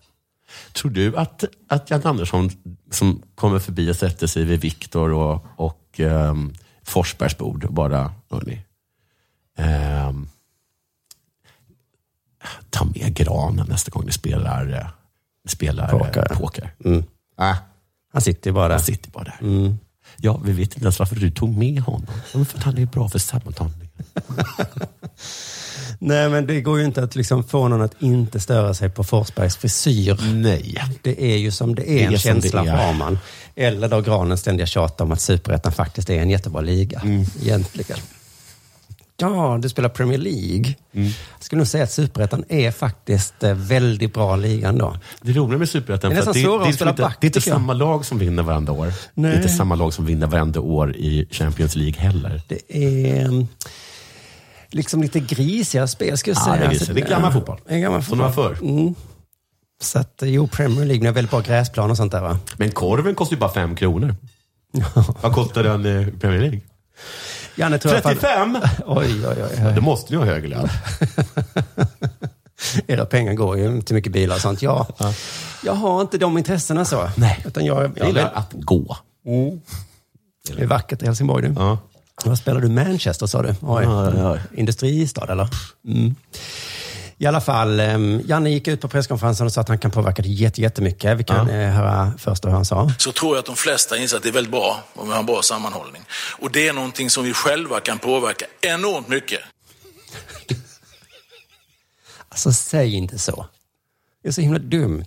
Speaker 2: Tror du att, att Jan Andersson, som kommer förbi och sätter sig vid Viktor och, och ehm, Forsbergs bord, och bara, hörni. ehm, ta med granen nästa gång ni spelar, eh, spelar eh,
Speaker 4: Poker.
Speaker 2: poker.
Speaker 4: Mm. Han sitter ju bara där.
Speaker 2: Han sitter bara där. Ja, vi vet inte ens varför du tog med honom. Ja, men För att han är bra för sammanhållning.
Speaker 4: Nej, men det går ju inte att liksom få någon att inte störa sig på Forsbergs frisyr.
Speaker 2: Nej.
Speaker 4: Det är ju som det är,
Speaker 2: Det är
Speaker 4: en
Speaker 2: som
Speaker 4: känsla
Speaker 2: det är.
Speaker 4: har man. Eller då
Speaker 2: Mm.
Speaker 4: Granens ständiga tjat om att superettan faktiskt är en jättebra liga, egentligen. ja, du spelar Premier League.
Speaker 2: Mm.
Speaker 4: Jag skulle nog säga att superettan är faktiskt eh, väldigt bra ligan då.
Speaker 2: Det roliga med superettan
Speaker 4: Det är
Speaker 2: för att
Speaker 4: nästan
Speaker 2: det,
Speaker 4: svårare att
Speaker 2: det, är liksom
Speaker 4: spela
Speaker 2: inte,
Speaker 4: back,
Speaker 2: det är inte
Speaker 4: tycker jag.
Speaker 2: samma lag som vinner varenda år. Det är
Speaker 4: Nej.
Speaker 2: inte samma lag som vinner varenda år i Champions League heller.
Speaker 4: Det är eh, liksom lite grisiga spel, skulle jag
Speaker 2: Ja,
Speaker 4: säga.
Speaker 2: det är grisigt.
Speaker 4: Alltså,
Speaker 2: Det är gammal fotboll.
Speaker 4: Det är gammal
Speaker 2: Som
Speaker 4: fotboll.
Speaker 2: det var förr.
Speaker 4: Mm. Så att, eh, jo, Premier League, nu har väldigt bra gräsplan och sånt där va?
Speaker 2: Men korven kostar ju bara fem kronor. Vad kostar den i Premier League?
Speaker 4: Janne, tror jag fan-
Speaker 2: 35?
Speaker 4: Oj, oj, oj.
Speaker 2: Ja, då måste ni ha högre lön.
Speaker 4: Era pengar går ju till mycket bilar och sånt. Ja, jag har inte de intressena så. Nej. Utan jag, jag,
Speaker 2: Jag gillar att gå.
Speaker 4: Mm. Det är vackert i Helsingborg du.
Speaker 2: Ja.
Speaker 4: Vad spelar du? Manchester sa du? Oj.
Speaker 2: Ja, ja,
Speaker 4: Industristad eller? Mm. I alla fall, ehm, Janne gick ut på presskonferensen och sa att han kan påverka det jätte- jättemycket. Vi kan eh, höra först vad han sa.
Speaker 10: så tror jag att de flesta inser att det är väldigt bra om vi har en bra sammanhållning. Och det är någonting som vi själva kan påverka enormt mycket.
Speaker 4: Alltså säg inte så. Det är så himla dumt.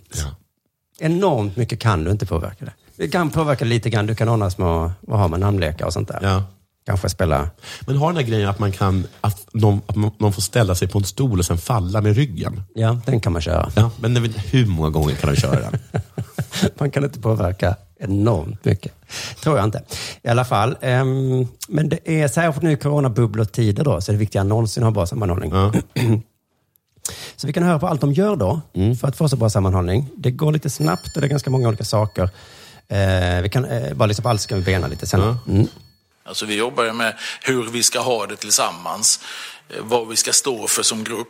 Speaker 4: Enormt mycket kan du inte påverka det. Du kan påverka lite grann. Du kan ordna små, vad har man, namnlekar och sånt där. Kanske spela...
Speaker 2: Men har den här grejen att man kan, att någon, att man- någon får ställa sig på en stol och sen falla med ryggen?
Speaker 4: Ja, den kan man köra.
Speaker 2: Ja, men jag vet inte hur många gånger kan de köra den?
Speaker 4: Man kan inte påverka enormt mycket. Tror jag inte. I alla fall. ehm, men det är särskilt nu i coronabubblotider då, så är det viktigare än någonsin att ha bra sammanhållning. så vi kan höra på allt de gör då, för att få så bra sammanhållning. Det går lite snabbt och det är ganska många olika saker. Eh, vi kan eh, bara lyssna på allt så kan vi bena lite sen. Mm.
Speaker 10: Alltså vi jobbar ju med hur vi ska ha det tillsammans, eh, vad vi ska stå för som grupp.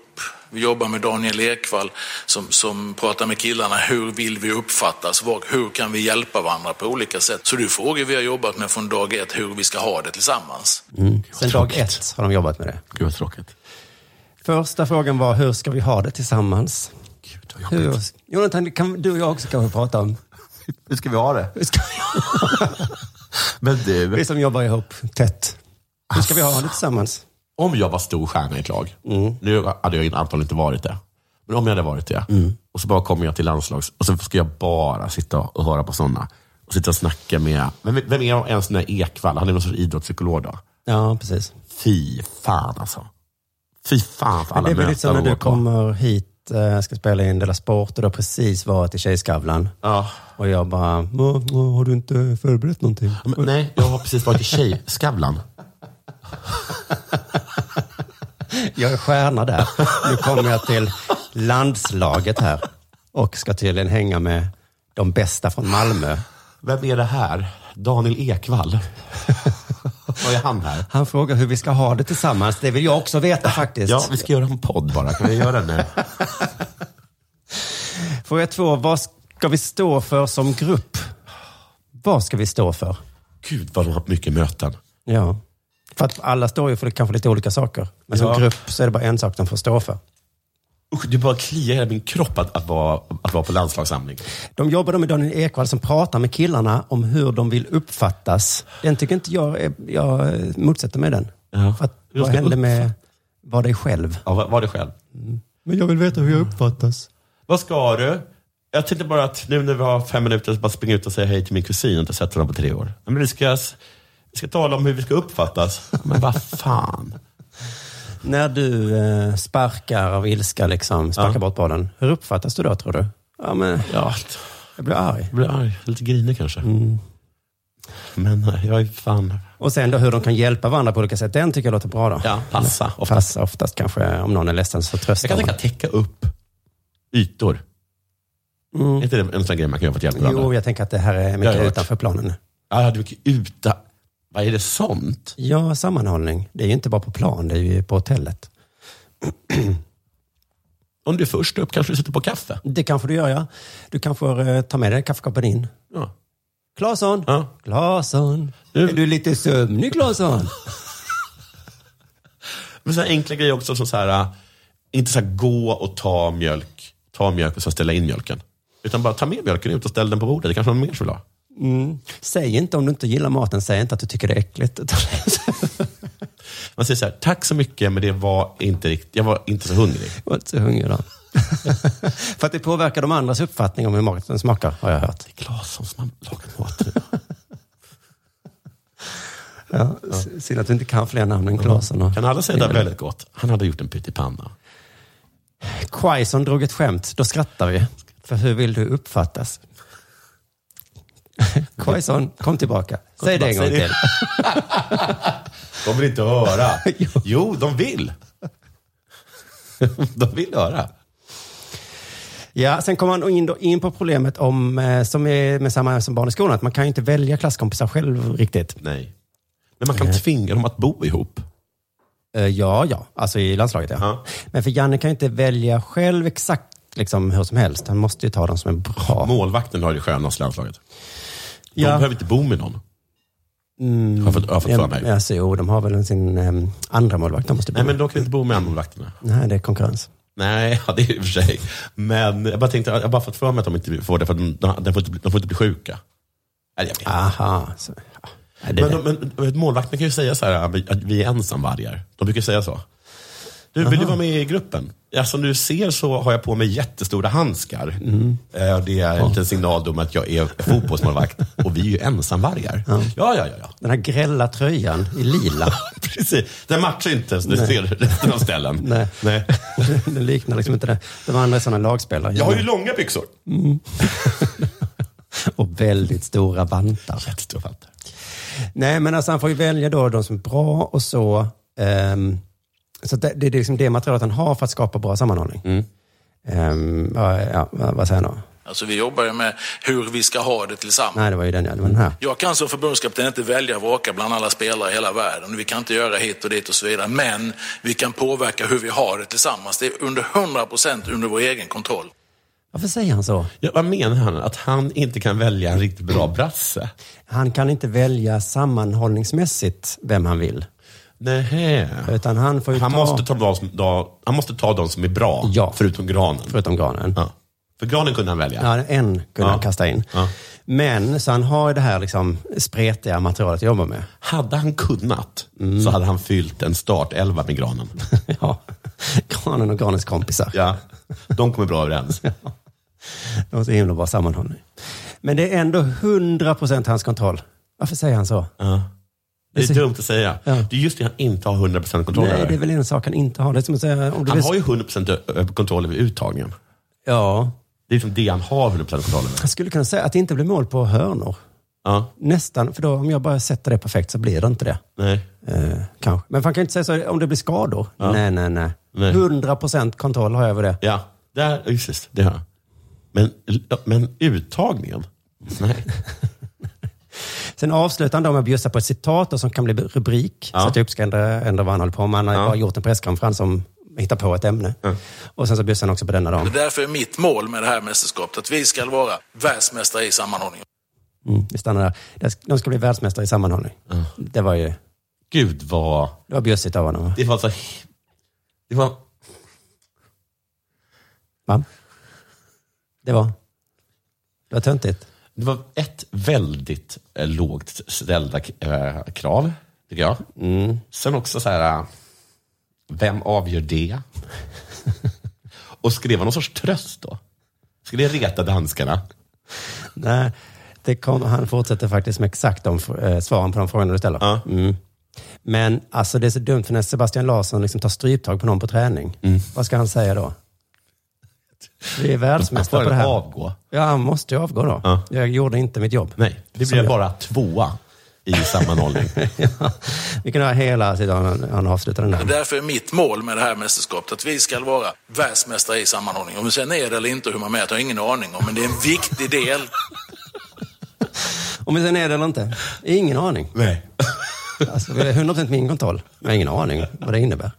Speaker 10: Vi jobbar med Daniel Ekvall som, som pratar med killarna, hur vill vi uppfattas, vad, hur kan vi hjälpa varandra på olika sätt. Så det är frågor vi har jobbat med från dag ett, hur vi ska ha det tillsammans.
Speaker 4: Mm. Sen dag ett har de jobbat med det.
Speaker 2: Gud vad tråkigt.
Speaker 4: Första frågan var, hur ska vi ha det tillsammans? Hur, Jonathan, det kan du och jag också kanske prata om.
Speaker 2: Hur ska vi ha det? Men du.
Speaker 4: Vi som jobbar ihop tätt. Hur ska vi ha det tillsammans?
Speaker 2: Om jag var stor stjärna i ett lag,
Speaker 4: Mm.
Speaker 2: nu hade jag antagligen inte varit det, men om jag hade varit det,
Speaker 4: Mm.
Speaker 2: och så bara kommer jag till landslags och så ska jag bara sitta och höra på sådana. Och sitta och snacka med, vem, vem är ens den där Ekvall? Han är någon sorts idrottspsykolog då.
Speaker 4: Ja, precis.
Speaker 2: Fy fan alltså. Fy fan för
Speaker 4: Men
Speaker 2: alla
Speaker 4: det är väl lite som
Speaker 2: möten
Speaker 4: när
Speaker 2: och
Speaker 4: du
Speaker 2: åka.
Speaker 4: kommer hit, eh, ska spela in Della Sport och du har precis varit i Tjejskavlan. Och jag bara, "Må, må, har du inte förberett någonting?
Speaker 2: Men, nej, jag har precis varit i Tjejskavlan.
Speaker 4: Jag är stjärna där. Nu kommer jag till landslaget här och ska tydligen hänga med de bästa från Malmö.
Speaker 2: Vem är det här? Daniel Ekvall? Vad är han här?
Speaker 4: Han frågar hur vi ska ha det tillsammans. Det vill jag också veta faktiskt.
Speaker 2: Ja, vi ska göra en podd bara. Kan vi göra det nu?
Speaker 4: Fråga två, vad ska vi stå för som grupp? Vad ska vi stå för?
Speaker 2: Gud vad de har haft mycket möten.
Speaker 4: Ja. För att alla står ju för kanske lite olika saker. Men som
Speaker 2: Ja.
Speaker 4: grupp så är det bara en sak de får stå för.
Speaker 2: Usch, det bara kliar i hela min kropp att, att, vara, att vara på landslagssamling.
Speaker 4: De jobbar då med Daniel Ekwall som pratar med killarna om hur de vill uppfattas. Den tycker inte jag, är- jag eh, motsätter mig den. För att,
Speaker 2: Jag
Speaker 4: vad
Speaker 2: ska
Speaker 4: hände med, var dig själv?
Speaker 2: Ja, var, var det själv.
Speaker 4: Men jag vill veta hur jag uppfattas.
Speaker 2: Vad ska du? Jag tänkte bara att nu när vi har fem minuter, så bara springa ut och säga hej till min kusin. Jag har inte sett honom på tre år. Ja, Men vi, ska, vi ska tala om hur vi ska uppfattas. Ja, Men vad fan.
Speaker 4: När du eh, sparkar av ilska, liksom, sparkar bort bollen, hur uppfattas du då tror du? Ja, men,
Speaker 2: ja.
Speaker 4: Jag blir arg. Mm.
Speaker 2: Jag blir arg. Lite grinig kanske. Men eh, jag är fan...
Speaker 4: Och sen då hur de kan hjälpa varandra på olika sätt, den tycker jag låter bra då. Ja,
Speaker 2: passa.
Speaker 4: Oftast. Passa oftast kanske, om någon är ledsen så
Speaker 2: Jag
Speaker 4: tröstar
Speaker 2: kan
Speaker 4: man.
Speaker 2: tänka täcka upp ytor. Är inte det en sån grej man kan göra för att hjälpa varandra?
Speaker 4: Jo, jag tänker att det här är mycket
Speaker 2: Jag har hört.
Speaker 4: utanför planen.
Speaker 2: Ja, det är mycket uta... Vad är det sånt?
Speaker 4: Ja, sammanhållning. Det är ju inte bara på plan, det är ju på hotellet.
Speaker 2: Om du är först upp kanske du sitter på kaffe?
Speaker 4: Det kanske du gör, ja. Du kanske eh, tar med dig kaffekoppen in.
Speaker 2: Ja.
Speaker 4: Claesson! Claesson! Är du lite sömnig, Claesson?
Speaker 2: Men så här enkla grejer också som så här, äh, inte så här gå och ta mjölk, ta mjölk och sen ställa in mjölken. Utan bara ta med mjölken ut och ställ den på bordet. Det kanske någon mer som vill ha.
Speaker 4: Mm. Säg inte om du inte gillar maten, säg inte att du tycker det är äckligt. utan-
Speaker 2: Man säger så här, tack så mycket men det var inte riktigt, jag var inte så hungrig.
Speaker 4: Jag var inte så hungrig då. För att det påverkar de andras uppfattning om hur maten smakar, har jag hört.
Speaker 2: Claesson som har lagat mat.
Speaker 4: Ja, s- Synd att du inte kan fler namn än Claesson. och-
Speaker 2: Kan alla säga det väldigt gott? Han hade gjort en pyttipanna.
Speaker 4: Quaison drog ett skämt, då skrattar vi. För hur vill du uppfattas? Quaison, kom tillbaka.
Speaker 2: Kom
Speaker 4: Säg det en
Speaker 2: tillbaka,
Speaker 4: gång
Speaker 2: säg
Speaker 4: till.
Speaker 2: De vill inte höra. Jo, de vill. de vill höra.
Speaker 4: Ja, sen kommer han in, då in på problemet om, eh, som är med samma som barn i skolan, att man kan ju inte välja klasskompisar själv riktigt.
Speaker 2: Nej. Men man kan tvinga dem att bo ihop.
Speaker 4: Ja, ja. Alltså i landslaget, ja. Men för Janne kan ju inte välja själv exakt liksom, hur som helst. Han måste ju ta dem som är bra.
Speaker 2: Målvakten har det skönaste landslaget. De
Speaker 4: Ja.
Speaker 2: behöver inte bo med någon.
Speaker 4: Mm,
Speaker 2: Har jag fått- har jag fått för mig.
Speaker 4: Ja, alltså, jo, de har väl sin um, andra målvakt de måste bo
Speaker 2: Nej,
Speaker 4: med.
Speaker 2: men de kan inte bo med målvakterna.
Speaker 4: Nej, det är konkurrens.
Speaker 2: Nej, ja, det är i och för sig. Men jag bara tänkte, jag har bara fått för mig att de inte får det, för att de, de, får, inte, bli- de får inte bli sjuka. Eller jag vet.
Speaker 4: Aha. Så, ja. Nej, det-
Speaker 2: men, de- men målvakterna kan ju säga så här, att vi- att vi är ensamvargar. De brukar säga så. Du, vill du vara med i gruppen? Ja, som du ser så har jag på mig jättestora handskar.
Speaker 4: Mm.
Speaker 2: Eh, och Det är en liten signal om att jag är fotbollsmålvakt. och vi är ju ensamvargar. Ja, ja, ja. ja.
Speaker 4: Den här grälla tröjan i lila.
Speaker 2: Precis. Den matchar inte, som du
Speaker 4: Nej.
Speaker 2: ser resten av ställen.
Speaker 4: Nej.
Speaker 2: Nej.
Speaker 4: Den liknar liksom inte det. De andra är sådana lagspelare.
Speaker 2: Jag har ju långa byxor.
Speaker 4: Mm. och väldigt stora vantar.
Speaker 2: Jättestora vantar.
Speaker 4: Nej, men alltså han får ju välja då de som är bra och så. ehm, så det, det är liksom det materialet han har för att skapa bra sammanhållning.
Speaker 2: Mm.
Speaker 4: Ehm, ja, ja, vad vad säger han då?
Speaker 10: Alltså vi jobbar ju med hur vi ska ha det tillsammans.
Speaker 4: Nej, det var ju den, ja, det var den här.
Speaker 10: Jag kan som förbundskapten inte välja och vraka bland alla spelare i hela världen. Vi kan inte göra hit och dit och så vidare. Men vi kan påverka hur vi har det tillsammans. Det är under 100 procent under vår egen kontroll.
Speaker 4: Varför säger han så?
Speaker 2: Ja, vad menar han? Att han inte kan välja en riktigt bra brasse?
Speaker 4: Han kan inte välja sammanhållningsmässigt vem han vill.
Speaker 2: Nej.
Speaker 4: Utan han får ju
Speaker 2: Han,
Speaker 4: ta...
Speaker 2: måste ta de som, da, han måste ta de som är bra, förutom granen.
Speaker 4: Förutom granen.
Speaker 2: Ja. För granen kunde han välja.
Speaker 4: Ja, en kunde
Speaker 2: Ja.
Speaker 4: han kasta in.
Speaker 2: Ja.
Speaker 4: Men, så han har ju det här liksom spretiga materialet att jobba med.
Speaker 2: Hade han kunnat så hade han fyllt en startelva med granen.
Speaker 4: ja, granen och granens kompisar.
Speaker 2: Ja, de kommer bra överens.
Speaker 4: Det var så himla bra sammanhållning. Men det är ändå 100% hans kontroll. Varför säger han så?
Speaker 2: Ja. Det är dumt att säga. Det är just det han inte har 100% kontroll
Speaker 4: Nej,
Speaker 2: över.
Speaker 4: det är väl en sak han inte har. Det är som att säga, om du
Speaker 2: Han
Speaker 4: vill-
Speaker 2: har ju 100% ö- ö- kontroll över uttagningen.
Speaker 4: Ja.
Speaker 2: Det är liksom det han har 100% kontroll över.
Speaker 4: Jag skulle kunna säga att det inte blir mål på hörnor.
Speaker 2: Ja.
Speaker 4: Nästan, för då, om jag bara sätter det perfekt så blir det inte det.
Speaker 2: Nej.
Speaker 4: Eh, kanske. Men man kan ju inte säga så om det blir skador.
Speaker 2: Ja.
Speaker 4: Nej, nej, nej.
Speaker 2: Nej.
Speaker 4: 100% kontroll har jag över det.
Speaker 2: Ja, där, ja, precis. Det har jag. Men, men uttagningen? Nej.
Speaker 4: Sen avslutar han då med att bjussa på ett citat då, som kan bli rubrik. Så att jag ska ändra, ändra vad han håller på med. Han har ju bara gjort en presskonferens som hittar på ett ämne. Och sen så bjussar han också på denna dag.
Speaker 10: Det är därför är mitt mål med det här mästerskapet att vi ska vara världsmästare i sammanhållning.
Speaker 4: Mm, vi stannar där. Det ska- De ska bli världsmästare i sammanhållning. Det var ju
Speaker 2: Gud vad...
Speaker 4: det var bjussigt av honom.
Speaker 2: Det var så... Det var...
Speaker 4: Va? Det var? Det var töntigt.
Speaker 2: Det var ett väldigt eh, lågt ställda k- eh, krav, tycker jag. Sen också så här, eh, vem avgör det? Och skrev han någon sorts tröst då? Ska det reta danskarna?
Speaker 4: Nej, det kom, han fortsätter faktiskt med exakt de eh, svaren på de frågorna du ställer. Mm. Men alltså det är så dumt, för när Sebastian Larsson liksom tar stryptag på någon på träning,
Speaker 2: Mm.
Speaker 4: vad ska han säga då? Vi är världsmästare på det här.
Speaker 2: Avgå.
Speaker 4: Ja, han måste ju avgå då.
Speaker 2: Ja.
Speaker 4: Jag gjorde inte mitt jobb.
Speaker 2: Nej, det
Speaker 4: Som
Speaker 2: blev
Speaker 4: jag.
Speaker 2: bara tvåa i sammanhållning.
Speaker 4: ja. Vi kan ha hela sidan han, han avslutar den
Speaker 10: Det
Speaker 4: där.
Speaker 10: är därför är mitt mål med det här mästerskapet att vi ska vara världsmästare i sammanhållning. Om vi sen är det eller inte hur man mäter har jag ingen aning om, men det är en viktig del.
Speaker 4: Om vi sen är det eller inte? Ingen aning.
Speaker 2: Nej.
Speaker 4: Alltså, det är 100% min kontroll. Jag har ingen aning vad det innebär.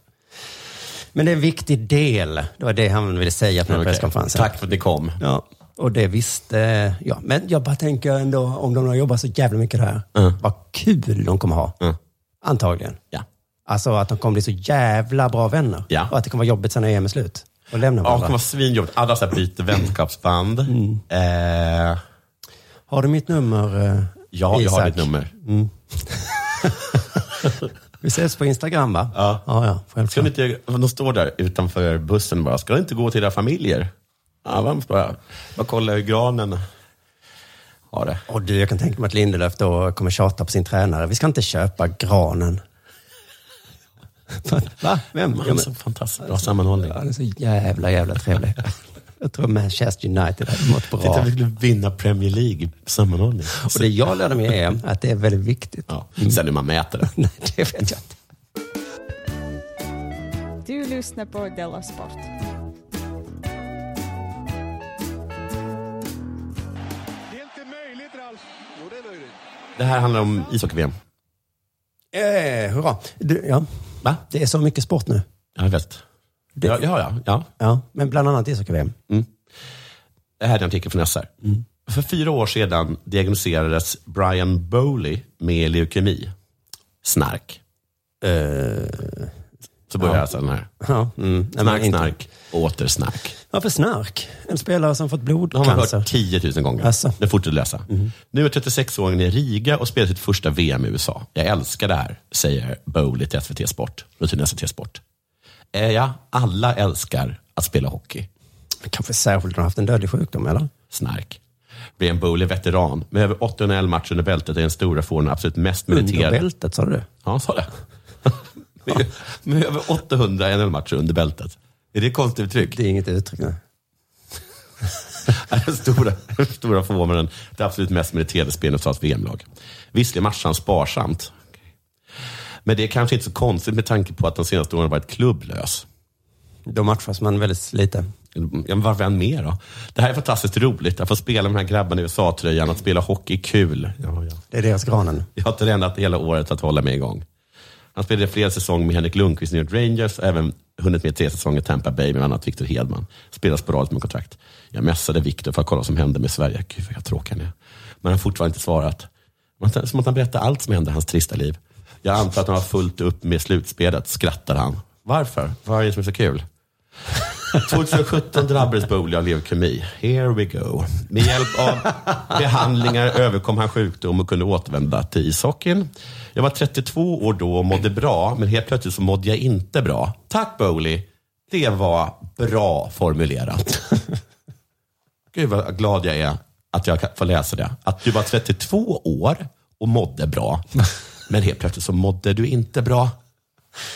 Speaker 4: Men det är en viktig del. Det var det han ville säga på den här
Speaker 2: Okej.
Speaker 4: presskonferensen.
Speaker 2: Tack för att ni kom.
Speaker 4: Ja, och det visste jag. Men jag bara tänker ändå, om de har jobbat så jävla mycket där, vad kul de kommer ha. Antagligen.
Speaker 2: Ja.
Speaker 4: Alltså att de kommer bli så jävla bra vänner.
Speaker 2: Ja.
Speaker 4: Och att det kommer vara jobbigt sen när EM är slut. Och lämna
Speaker 2: Ja, det kommer
Speaker 4: varandra.
Speaker 2: vara svinjobbigt. Alla så här byter vänskapsband.
Speaker 4: Mm.
Speaker 2: Eh,
Speaker 4: Har du mitt nummer, eh,
Speaker 2: ja, jag har
Speaker 4: Isak?
Speaker 2: ditt nummer.
Speaker 4: Mm. Vi ses på Instagram va?
Speaker 2: Ja.
Speaker 4: Ja, ja,
Speaker 2: Ska ni
Speaker 4: självklart.
Speaker 2: inte, de står där utanför bussen bara, ska ni inte gå till era familjer? Ja, varmt bara, bara kolla hur granen...
Speaker 4: ha det. Och du, jag kan tänka mig att Lindelöf då kommer tjata på sin tränare. Vi ska inte köpa granen. Va? Vem?
Speaker 2: Han är så fantastiskt bra
Speaker 4: sammanhållning. Han är så jävla, jävla trevlig. jag tror Manchester United hade mått bra.
Speaker 2: Titta, vi skulle vinna Premier League sammanhållning.
Speaker 4: Och det jag lärde mig i EM, att det är väldigt viktigt.
Speaker 2: Ja. Sen hur man mäter det.
Speaker 4: Nej, det vet jag inte.
Speaker 11: Du lyssnar på Della Sport.
Speaker 2: Det här handlar om ishockey-VM.
Speaker 4: Eh, hurra. Du, ja. Va? Det är så mycket sport nu.
Speaker 2: Ja, jag vet. Ja, ja, ja, ja.
Speaker 4: Ja, men bland annat ishockey-VM.
Speaker 2: Det här är en artikel från SR. För fyra år sedan diagnostiserades Brian Bowley med leukemi. Snark. Eh, Så börjar
Speaker 4: ja.
Speaker 2: jag den här.
Speaker 4: Ja, mm. Nej, men
Speaker 2: Snark,
Speaker 4: inte-
Speaker 2: snark, åter snark.
Speaker 4: Varför snark? En spelare som fått
Speaker 2: Det har man hört
Speaker 4: blodcancer.
Speaker 2: 10 000 gånger. Det fortsätter läsa. Nu är 36-åringen i Riga och spelar sitt första VM i USA. Jag älskar det här, säger Bowley till SVT Sport. Då till SVT Sport. Eh, ja, alla älskar att spela hockey.
Speaker 4: Kanske särskilt när han haft en dödlig sjukdom, eller?
Speaker 2: Snark. Brian Bowley är veteran. Med över 811 matcher under bältet är den stora forwarden absolut mest
Speaker 4: Under
Speaker 2: meriterade.
Speaker 4: bältet, sa du?
Speaker 2: Ja, sa det. med, med över 800 NHL-matcher under bältet. Är det ett konstigt uttryck?
Speaker 4: Det är inget uttryck, nej.
Speaker 2: är den stora, den stora förvånaden. Det absolut mest meriterade spelaren för VM-lag. Visserligen matchar han sparsamt. Men det är kanske inte så konstigt med tanke på att de senaste åren har varit klubblös.
Speaker 4: Då matchas man väldigt lite.
Speaker 2: Ja, men varför är han med då? Det här är fantastiskt roligt. Att få spela med de här grabbarna i USA-tröjan, att spela hockey är kul. Ja, ja.
Speaker 4: Det är deras granen.
Speaker 2: Jag har tränat hela året att hålla mig igång. Han spelade flera säsonger med Henrik Lundqvist i New York Rangers och även hunnit med tre säsonger i Tampa Bay med bland annat Victor Hedman. Spelar sporadiskt med kontrakt. Jag messade Victor för att kolla vad som hände med Sverige. Gud vad jag tråkig han är. Men han har fortfarande inte svarat. Man- Som att han berättar allt som hände i hans trista liv. Jag antar att han har fullt upp med slutspelet, skrattar han. Varför? Vad är det som är så kul? 2017 drabbades Bowley av leukemi. Here we go. Med hjälp av behandlingar överkom han sjukdom och kunde återvända till ishockeyn. Jag var 32 år då och mådde bra, men helt plötsligt så mådde jag inte bra. Tack Bowley. Det var bra formulerat. Gud vad glad jag är att jag kan få läsa det. Att du var 32 år och mådde bra, men helt plötsligt så mådde du inte bra.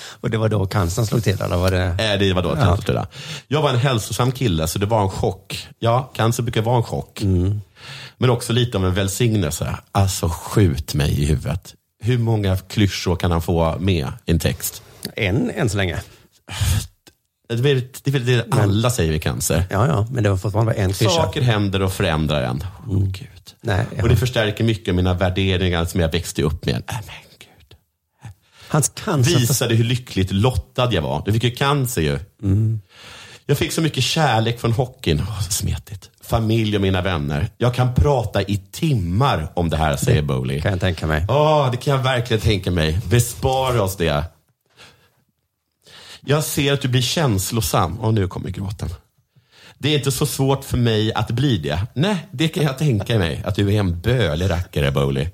Speaker 4: Och det var då cancern slog till, eller var det?
Speaker 2: Nej, Eh, det var då
Speaker 4: Ja.
Speaker 2: att ja. Jag var en hälsosam kille, så det var en chock. Ja, cancer brukar vara en chock.
Speaker 4: Mm.
Speaker 2: Men också lite av en välsignelse. Alltså, skjut mig i huvudet. Hur många klyschor kan han få med i en text?
Speaker 4: En, än så länge.
Speaker 2: Det är väl det, är väl det alla säger med cancer.
Speaker 4: Ja, ja, men det var fortfarande bara en klyscha.
Speaker 2: Saker händer och förändrar en. Åh, Gud.
Speaker 4: Mm. Nej, ja.
Speaker 2: Och det förstärker mycket av mina värderingar som jag växte upp med. Äh, men
Speaker 4: Hans cancer...
Speaker 2: visade hur lyckligt lottad jag var. Du fick ju cancer ju. Jag fick så mycket kärlek från hockeyn. Åh, så smetigt. Familj och mina vänner. Jag kan prata i timmar om det här, säger Bowley.
Speaker 4: Kan jag tänka mig.
Speaker 2: Ja, det kan jag verkligen tänka mig. Bespara oss det. Jag ser att du blir känslosam. Och nu kommer gråten. Det är inte så svårt för mig att bli det. Nej, det kan jag tänka mig. Att du är en bölig rackare, Bowley.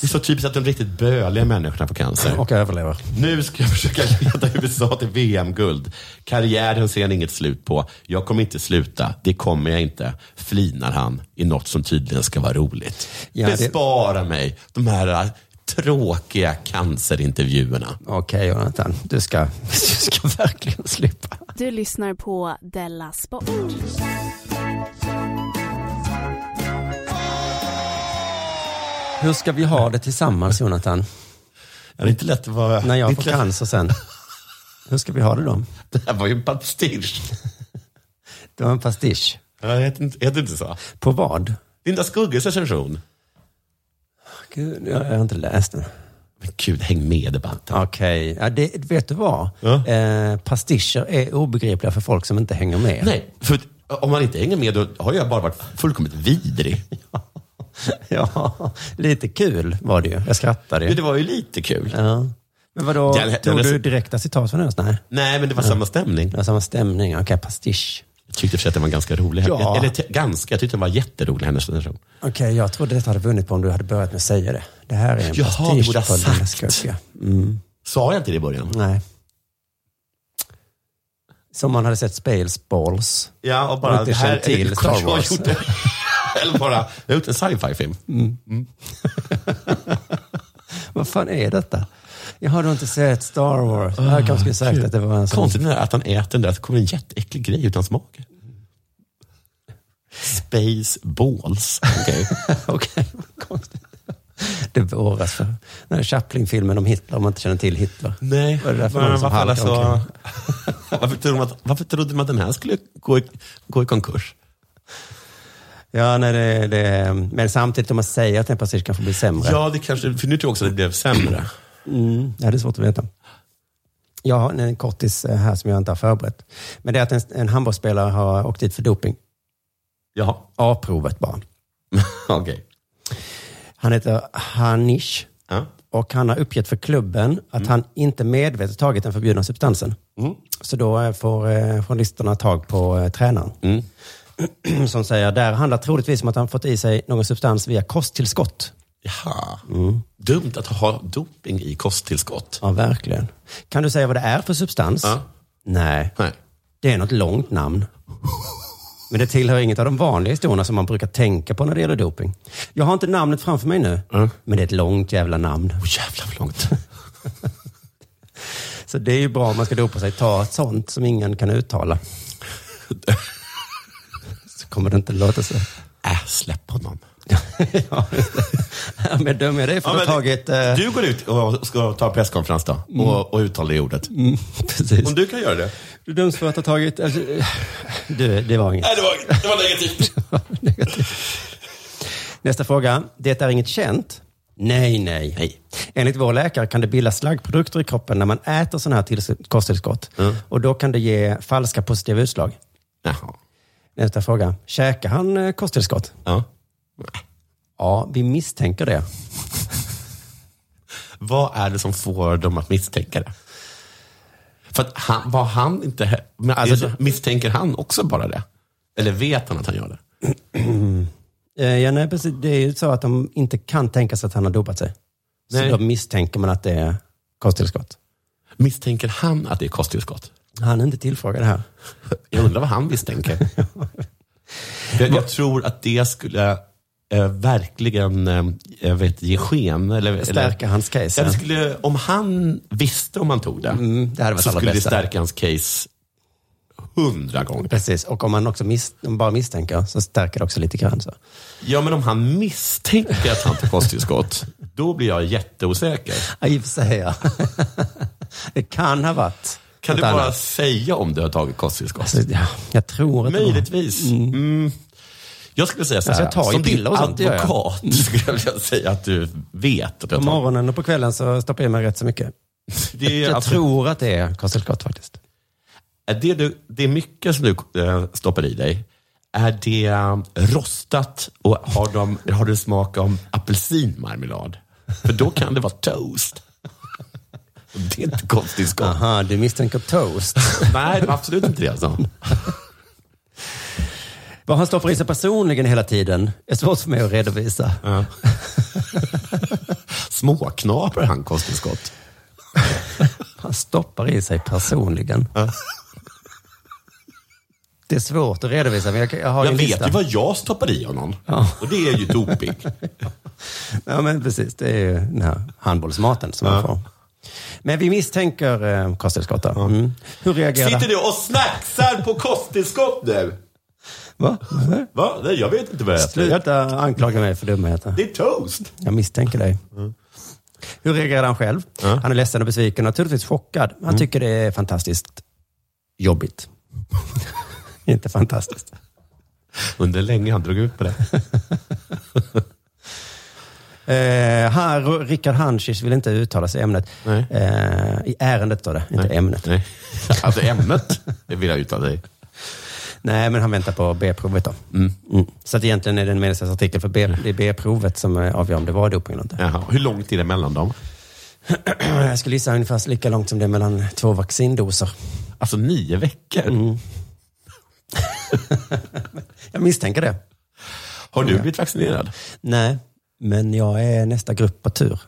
Speaker 2: Det är så typiskt att de riktigt böliga människorna får cancer.
Speaker 4: Och överlever.
Speaker 2: Nu ska jag försöka leda USA till VM-guld. Karriären ser han inget slut på. Jag kommer inte sluta. Det kommer jag inte. Flinar han i något som tydligen ska vara roligt.
Speaker 4: Ja, det-
Speaker 2: Bespara mig de här äh, tråkiga cancerintervjuerna.
Speaker 4: Okej, Jonathan. Du ska, du ska verkligen slippa.
Speaker 12: Du lyssnar på Della Sport.
Speaker 4: Hur ska vi ha det tillsammans, Jonathan?
Speaker 2: Ja, det är inte lätt att vara...
Speaker 4: När
Speaker 2: det
Speaker 4: jag
Speaker 2: är
Speaker 4: får
Speaker 2: inte lätt-
Speaker 4: cancer sen. Hur ska vi ha det då?
Speaker 2: Det här var ju en pastisch.
Speaker 4: Det var en pastisch.
Speaker 2: Ja, Jag heter inte, jag heter inte så.
Speaker 4: På vad?
Speaker 2: Linda Skugges recension.
Speaker 4: Gud, jag har inte läst den.
Speaker 2: Men gud, häng med i debatten.
Speaker 4: Okej, ja, det, vet du vad? Eh, pastischer är obegripliga för folk som inte hänger med.
Speaker 2: Nej, för att om man inte hänger med då har jag bara varit fullkomligt vidrig.
Speaker 4: Ja, lite kul var det ju. Jag skrattade
Speaker 2: Men det
Speaker 4: ju.
Speaker 2: var ju lite kul.
Speaker 4: Ja. Men vadå,
Speaker 2: Den- den-
Speaker 4: tog du direkta citat från oss? Nej,
Speaker 2: Nej, men det var samma stämning.
Speaker 4: det var samma stämning. Okej, pastisch.
Speaker 2: Jag tyckte i och för sig att den var ganska rolig.
Speaker 4: Ja.
Speaker 2: Eller t- ganska, jag tyckte den var jätterolig, hennes recension.
Speaker 4: Okej, jag trodde detta hade vunnit på om du hade börjat med att säga det. Det här är en
Speaker 2: Jaha, du
Speaker 4: pastisch
Speaker 2: borde ha
Speaker 4: på Linda
Speaker 2: sagt.
Speaker 4: Skugg, ja. Mm,
Speaker 2: Sa jag inte det i början?
Speaker 4: nej. Som man hade sett Spaceballs.
Speaker 2: Ja, och
Speaker 4: Och
Speaker 2: bara
Speaker 4: inte
Speaker 2: det här
Speaker 4: känt till
Speaker 2: är klart
Speaker 4: Star Wars.
Speaker 2: Jag har gjort det. själv bara, jag har gjort en sci-fi-film. Mm.
Speaker 4: Vad fan är detta? Jag har då inte sett Star Wars. Jag kanske skulle sagt att det var en sån.
Speaker 2: Ah, Konstigt är att han äter den där, så kommer en jätteäcklig grej ut hans mage. Space balls. Okej.
Speaker 4: Okej, vad konstigt. Det våras för den här Chaplin-filmen om Hitler, om man inte känner till Hitler.
Speaker 2: Nej,
Speaker 4: Var det därför
Speaker 2: men
Speaker 4: någon som
Speaker 2: varför, alla
Speaker 4: halkade
Speaker 2: så,
Speaker 4: omkring?
Speaker 2: varför, trodde man att, varför trodde man att den här skulle gå i, gå i konkurs?
Speaker 4: Ja, nej, det, det, men samtidigt om man säger att den precis kan få bli sämre.
Speaker 2: Ja, det kanske, för nu tror jag också att det blev sämre.
Speaker 4: Mm, ja, det är svårt att veta. Jag har en kortis eh, här som jag inte har förberett. Men det är att en, en handbollsspelare har åkt dit för doping.
Speaker 2: Jaha.
Speaker 4: A-provet bara.
Speaker 2: Okej.
Speaker 4: Han heter Hanish. Och han har uppgett för klubben att han inte medvetet tagit den förbjudna substansen. Så då eh, får eh, journalisterna tag på eh, tränaren. som säger, där handlar troligtvis om att han fått i sig någon substans via kosttillskott.
Speaker 2: Jaha.
Speaker 4: Mm.
Speaker 2: Dumt att ha doping i kosttillskott.
Speaker 4: Ja, verkligen. Kan du säga vad det är för substans?
Speaker 2: Ja.
Speaker 4: Nej. Det är något långt namn. Men det tillhör inget av de vanliga historierna som man brukar tänka på när det gäller doping. Jag har inte namnet framför mig nu,
Speaker 2: Mm.
Speaker 4: men det är ett långt jävla namn. Oh,
Speaker 2: jävla långt.
Speaker 4: Så det är ju bra om man ska dopa sig. Ta ett sånt som ingen kan uttala. Så kommer det inte låta så.
Speaker 2: Äh, släpp honom.
Speaker 4: ja, just det. Ja, men dömer jag dig för
Speaker 2: Ja,
Speaker 4: att
Speaker 2: men
Speaker 4: ha tagit... eh,
Speaker 2: Du går ut och ska ta presskonferens då
Speaker 4: Mm.
Speaker 2: och, och uttala det ordet.
Speaker 4: precis.
Speaker 2: Om du kan göra det.
Speaker 4: Du döms för att ha tagit... Alltså, du, det var inget.
Speaker 2: Nej, det var, det var negativt.
Speaker 4: Nästa fråga. Det är inget känt? Nej, nej. Enligt vår läkare kan det bildas slaggprodukter i kroppen när man äter sådana här tills- kosttillskott. Och då kan det ge falska positiva utslag.
Speaker 2: Jaha.
Speaker 4: Nästa fråga. Käkar han eh, kosttillskott?
Speaker 2: Ja.
Speaker 4: Ja, vi misstänker det.
Speaker 2: Vad är det som får dem att misstänka det? För att han, var han inte... he- Men alltså, misstänker han också bara det? Eller vet han att han gör det?
Speaker 4: Eh, Ja, nej, precis. Det är ju så att de inte kan tänka sig att han har dopat sig.
Speaker 2: Nej.
Speaker 4: Så då misstänker man att det är kosttillskott.
Speaker 2: Misstänker han att det är kosttillskott?
Speaker 4: Han är inte tillfrågad här.
Speaker 2: Jag undrar vad han misstänker. jag, jag tror att det skulle eh, verkligen eh, jag vet, ge sken. Eller,
Speaker 4: Stärka
Speaker 2: eller,
Speaker 4: hans case.
Speaker 2: Ja, det skulle, om han visste om han tog det,
Speaker 4: Mm, det hade varit
Speaker 2: så
Speaker 4: allra
Speaker 2: skulle det
Speaker 4: bästa.
Speaker 2: stärka hans case hundra gånger.
Speaker 4: Precis, och om man också mis- om man bara misstänker så stärker det också lite grann. Så.
Speaker 2: Ja, men om han misstänker att han tar kosttillskott, då blir jag jätteosäker.
Speaker 4: Ja, i och för sig, ja. Det kan ha varit
Speaker 2: Kan du
Speaker 4: något
Speaker 2: bara
Speaker 4: annat.
Speaker 2: säga om du har tagit kosttillskott?
Speaker 4: Alltså, ja, jag tror att det var-
Speaker 2: Möjligtvis. Mm. Jag skulle säga så här,
Speaker 4: Alltså, jag tar ju
Speaker 2: som din
Speaker 4: piller och sånt, det gör jag.
Speaker 2: advokat skulle jag vilja säga att du vet. Att du
Speaker 4: På
Speaker 2: har tagit.
Speaker 4: morgonen och på kvällen så stoppar jag i mig rätt så mycket.
Speaker 2: Det är,
Speaker 4: jag
Speaker 2: alltså-
Speaker 4: tror att det är kosttillskott faktiskt.
Speaker 2: Är det, du, det är mycket som du eh, stoppar i dig. Är det eh, rostat och har, de, har det smak av apelsinmarmelad? För då kan det vara toast. Och Det är inte kosttillskott.
Speaker 4: Aha, du misstänker toast.
Speaker 2: Nej, det var absolut inte det alltså.
Speaker 4: Vad han stoppar i sig personligen hela tiden är svårt för mig att redovisa.
Speaker 2: Småknaprar han kosttillskott?
Speaker 4: Han stoppar i sig personligen. Det är svårt att redovisa, men jag, kan- jag har
Speaker 2: Jag
Speaker 4: ju en
Speaker 2: vet
Speaker 4: lista.
Speaker 2: ju vad jag stoppar i honom.
Speaker 4: Ja.
Speaker 2: Och det är ju doping.
Speaker 4: Ja, men precis. Det är ju den här handbollsmaten som man får. Men vi misstänker eh, kosttillskott. då. Mm. Hur reagerar
Speaker 2: Sitter du och snacksar på kosttillskott nu?
Speaker 4: Va?
Speaker 2: Va? Nej, jag vet inte vad jag äter.
Speaker 4: Sluta anklaga mig för dumheter.
Speaker 2: Det Mm. är toast.
Speaker 4: Jag misstänker dig. Hur reagerar han själv? Han är ledsen och besviken och naturligtvis chockad. Han
Speaker 2: Mm.
Speaker 4: tycker det är fantastiskt jobbigt. Inte fantastiskt.
Speaker 2: Under länge han drog ut på det.
Speaker 4: Eh, här, Rickard Hanschis vill inte uttala sig i ämnet. Eh, I ärendet står det, inte ämnet.
Speaker 2: Nej. Alltså ämnet det vill jag uttala dig.
Speaker 4: Nej, men han väntar på B-provet då. Mm. Så att egentligen är det en meningslös artikel, för B, det är B-provet som eh, avgör om det var doping eller inte.
Speaker 2: Jaha. Hur lång tid är det mellan dem?
Speaker 4: Jag skulle gissa ungefär lika långt som det är mellan två vaccindoser.
Speaker 2: Alltså nio veckor?
Speaker 4: jag misstänker det.
Speaker 2: Har du blivit vaccinerad?
Speaker 4: Nej, men jag är nästa grupp på tur.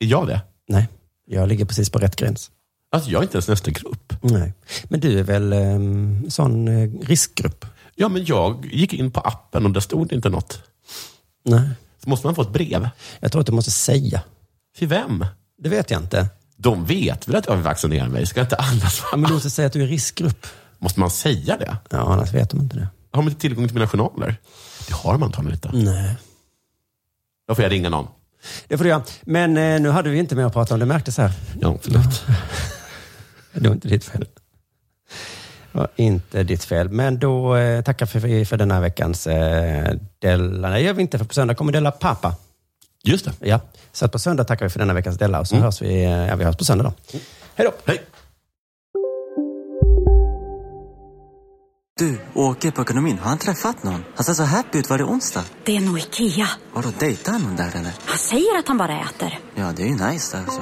Speaker 2: Är jag det?
Speaker 4: Nej, jag ligger precis på rätt gräns.
Speaker 2: Alltså jag är inte ens nästa grupp.
Speaker 4: Nej. Men du är väl ehm, sån eh, riskgrupp?
Speaker 2: Ja, men jag gick in på appen och där stod det inte något.
Speaker 4: Nej.
Speaker 2: Så måste man få ett brev?
Speaker 4: Jag tror att du måste säga.
Speaker 2: Till vem?
Speaker 4: Det vet jag inte.
Speaker 2: De vet väl att jag vill vaccinera mig? Ska inte alla svara?
Speaker 4: men du måste säga att du är i riskgrupp.
Speaker 2: Måste man säga det?
Speaker 4: Ja, annars vet de inte det.
Speaker 2: Har de inte tillgång till mina journaler? Det har man antagligen inte.
Speaker 4: Nej.
Speaker 2: Då får jag ringa någon.
Speaker 4: Det får du göra. Men eh, nu hade vi inte mer att prata om, det märktes här.
Speaker 2: Ja, förlåt.
Speaker 4: det var inte ditt fel. Det var inte ditt fel. Men då eh, tackar vi för, för den här veckans eh, Della. Nej, gör vi inte, för på söndag kommer Della Pappa.
Speaker 2: Just det.
Speaker 4: Ja, så att på söndag tackar vi för denna veckans Della och så hörs vi, eh, ja, vi hörs på söndag då. Hej då!
Speaker 2: Hej!
Speaker 13: Du, åker på ekonomin, har han träffat någon? Han ser så happy ut. Var det onsdag?
Speaker 14: Det är nog Ikea.
Speaker 13: Vadå, dejtar han någon där eller?
Speaker 14: Han säger att han bara äter.
Speaker 13: Ja, det är ju nice alltså.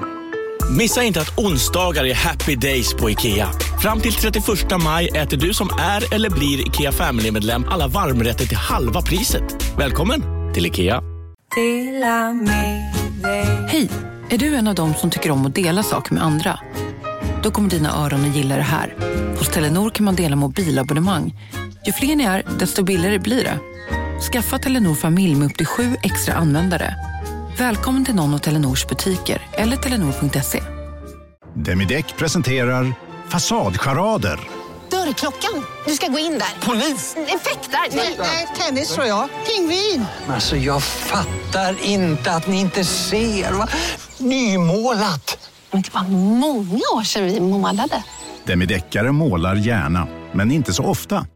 Speaker 15: Missa inte att onsdagar är happy days på IKEA. Fram till 31 maj äter du som är eller blir IKEA Family-medlem alla varmrätter till halva priset. Välkommen till IKEA.
Speaker 16: Hej! Är du en av dem som tycker om att dela saker med andra? Då kommer dina öron att gilla det här. Hos Telenor kan man dela mobilabonnemang. Ju fler ni är, desto billigare blir det. Skaffa Telenor familj med upp till sju extra användare. Välkommen till någon av Telenors butiker eller telenor.se.
Speaker 17: Demideck presenterar Fasadcharader.
Speaker 18: Dörrklockan. Du ska gå in där. Polis? Effektar? Nej, tennis tror jag. Pingvin.
Speaker 19: Alltså jag fattar inte att ni inte ser. Va? Nymålat.
Speaker 18: Men det var många år sedan vi målade.
Speaker 17: Demideckare målar gärna, men inte så ofta.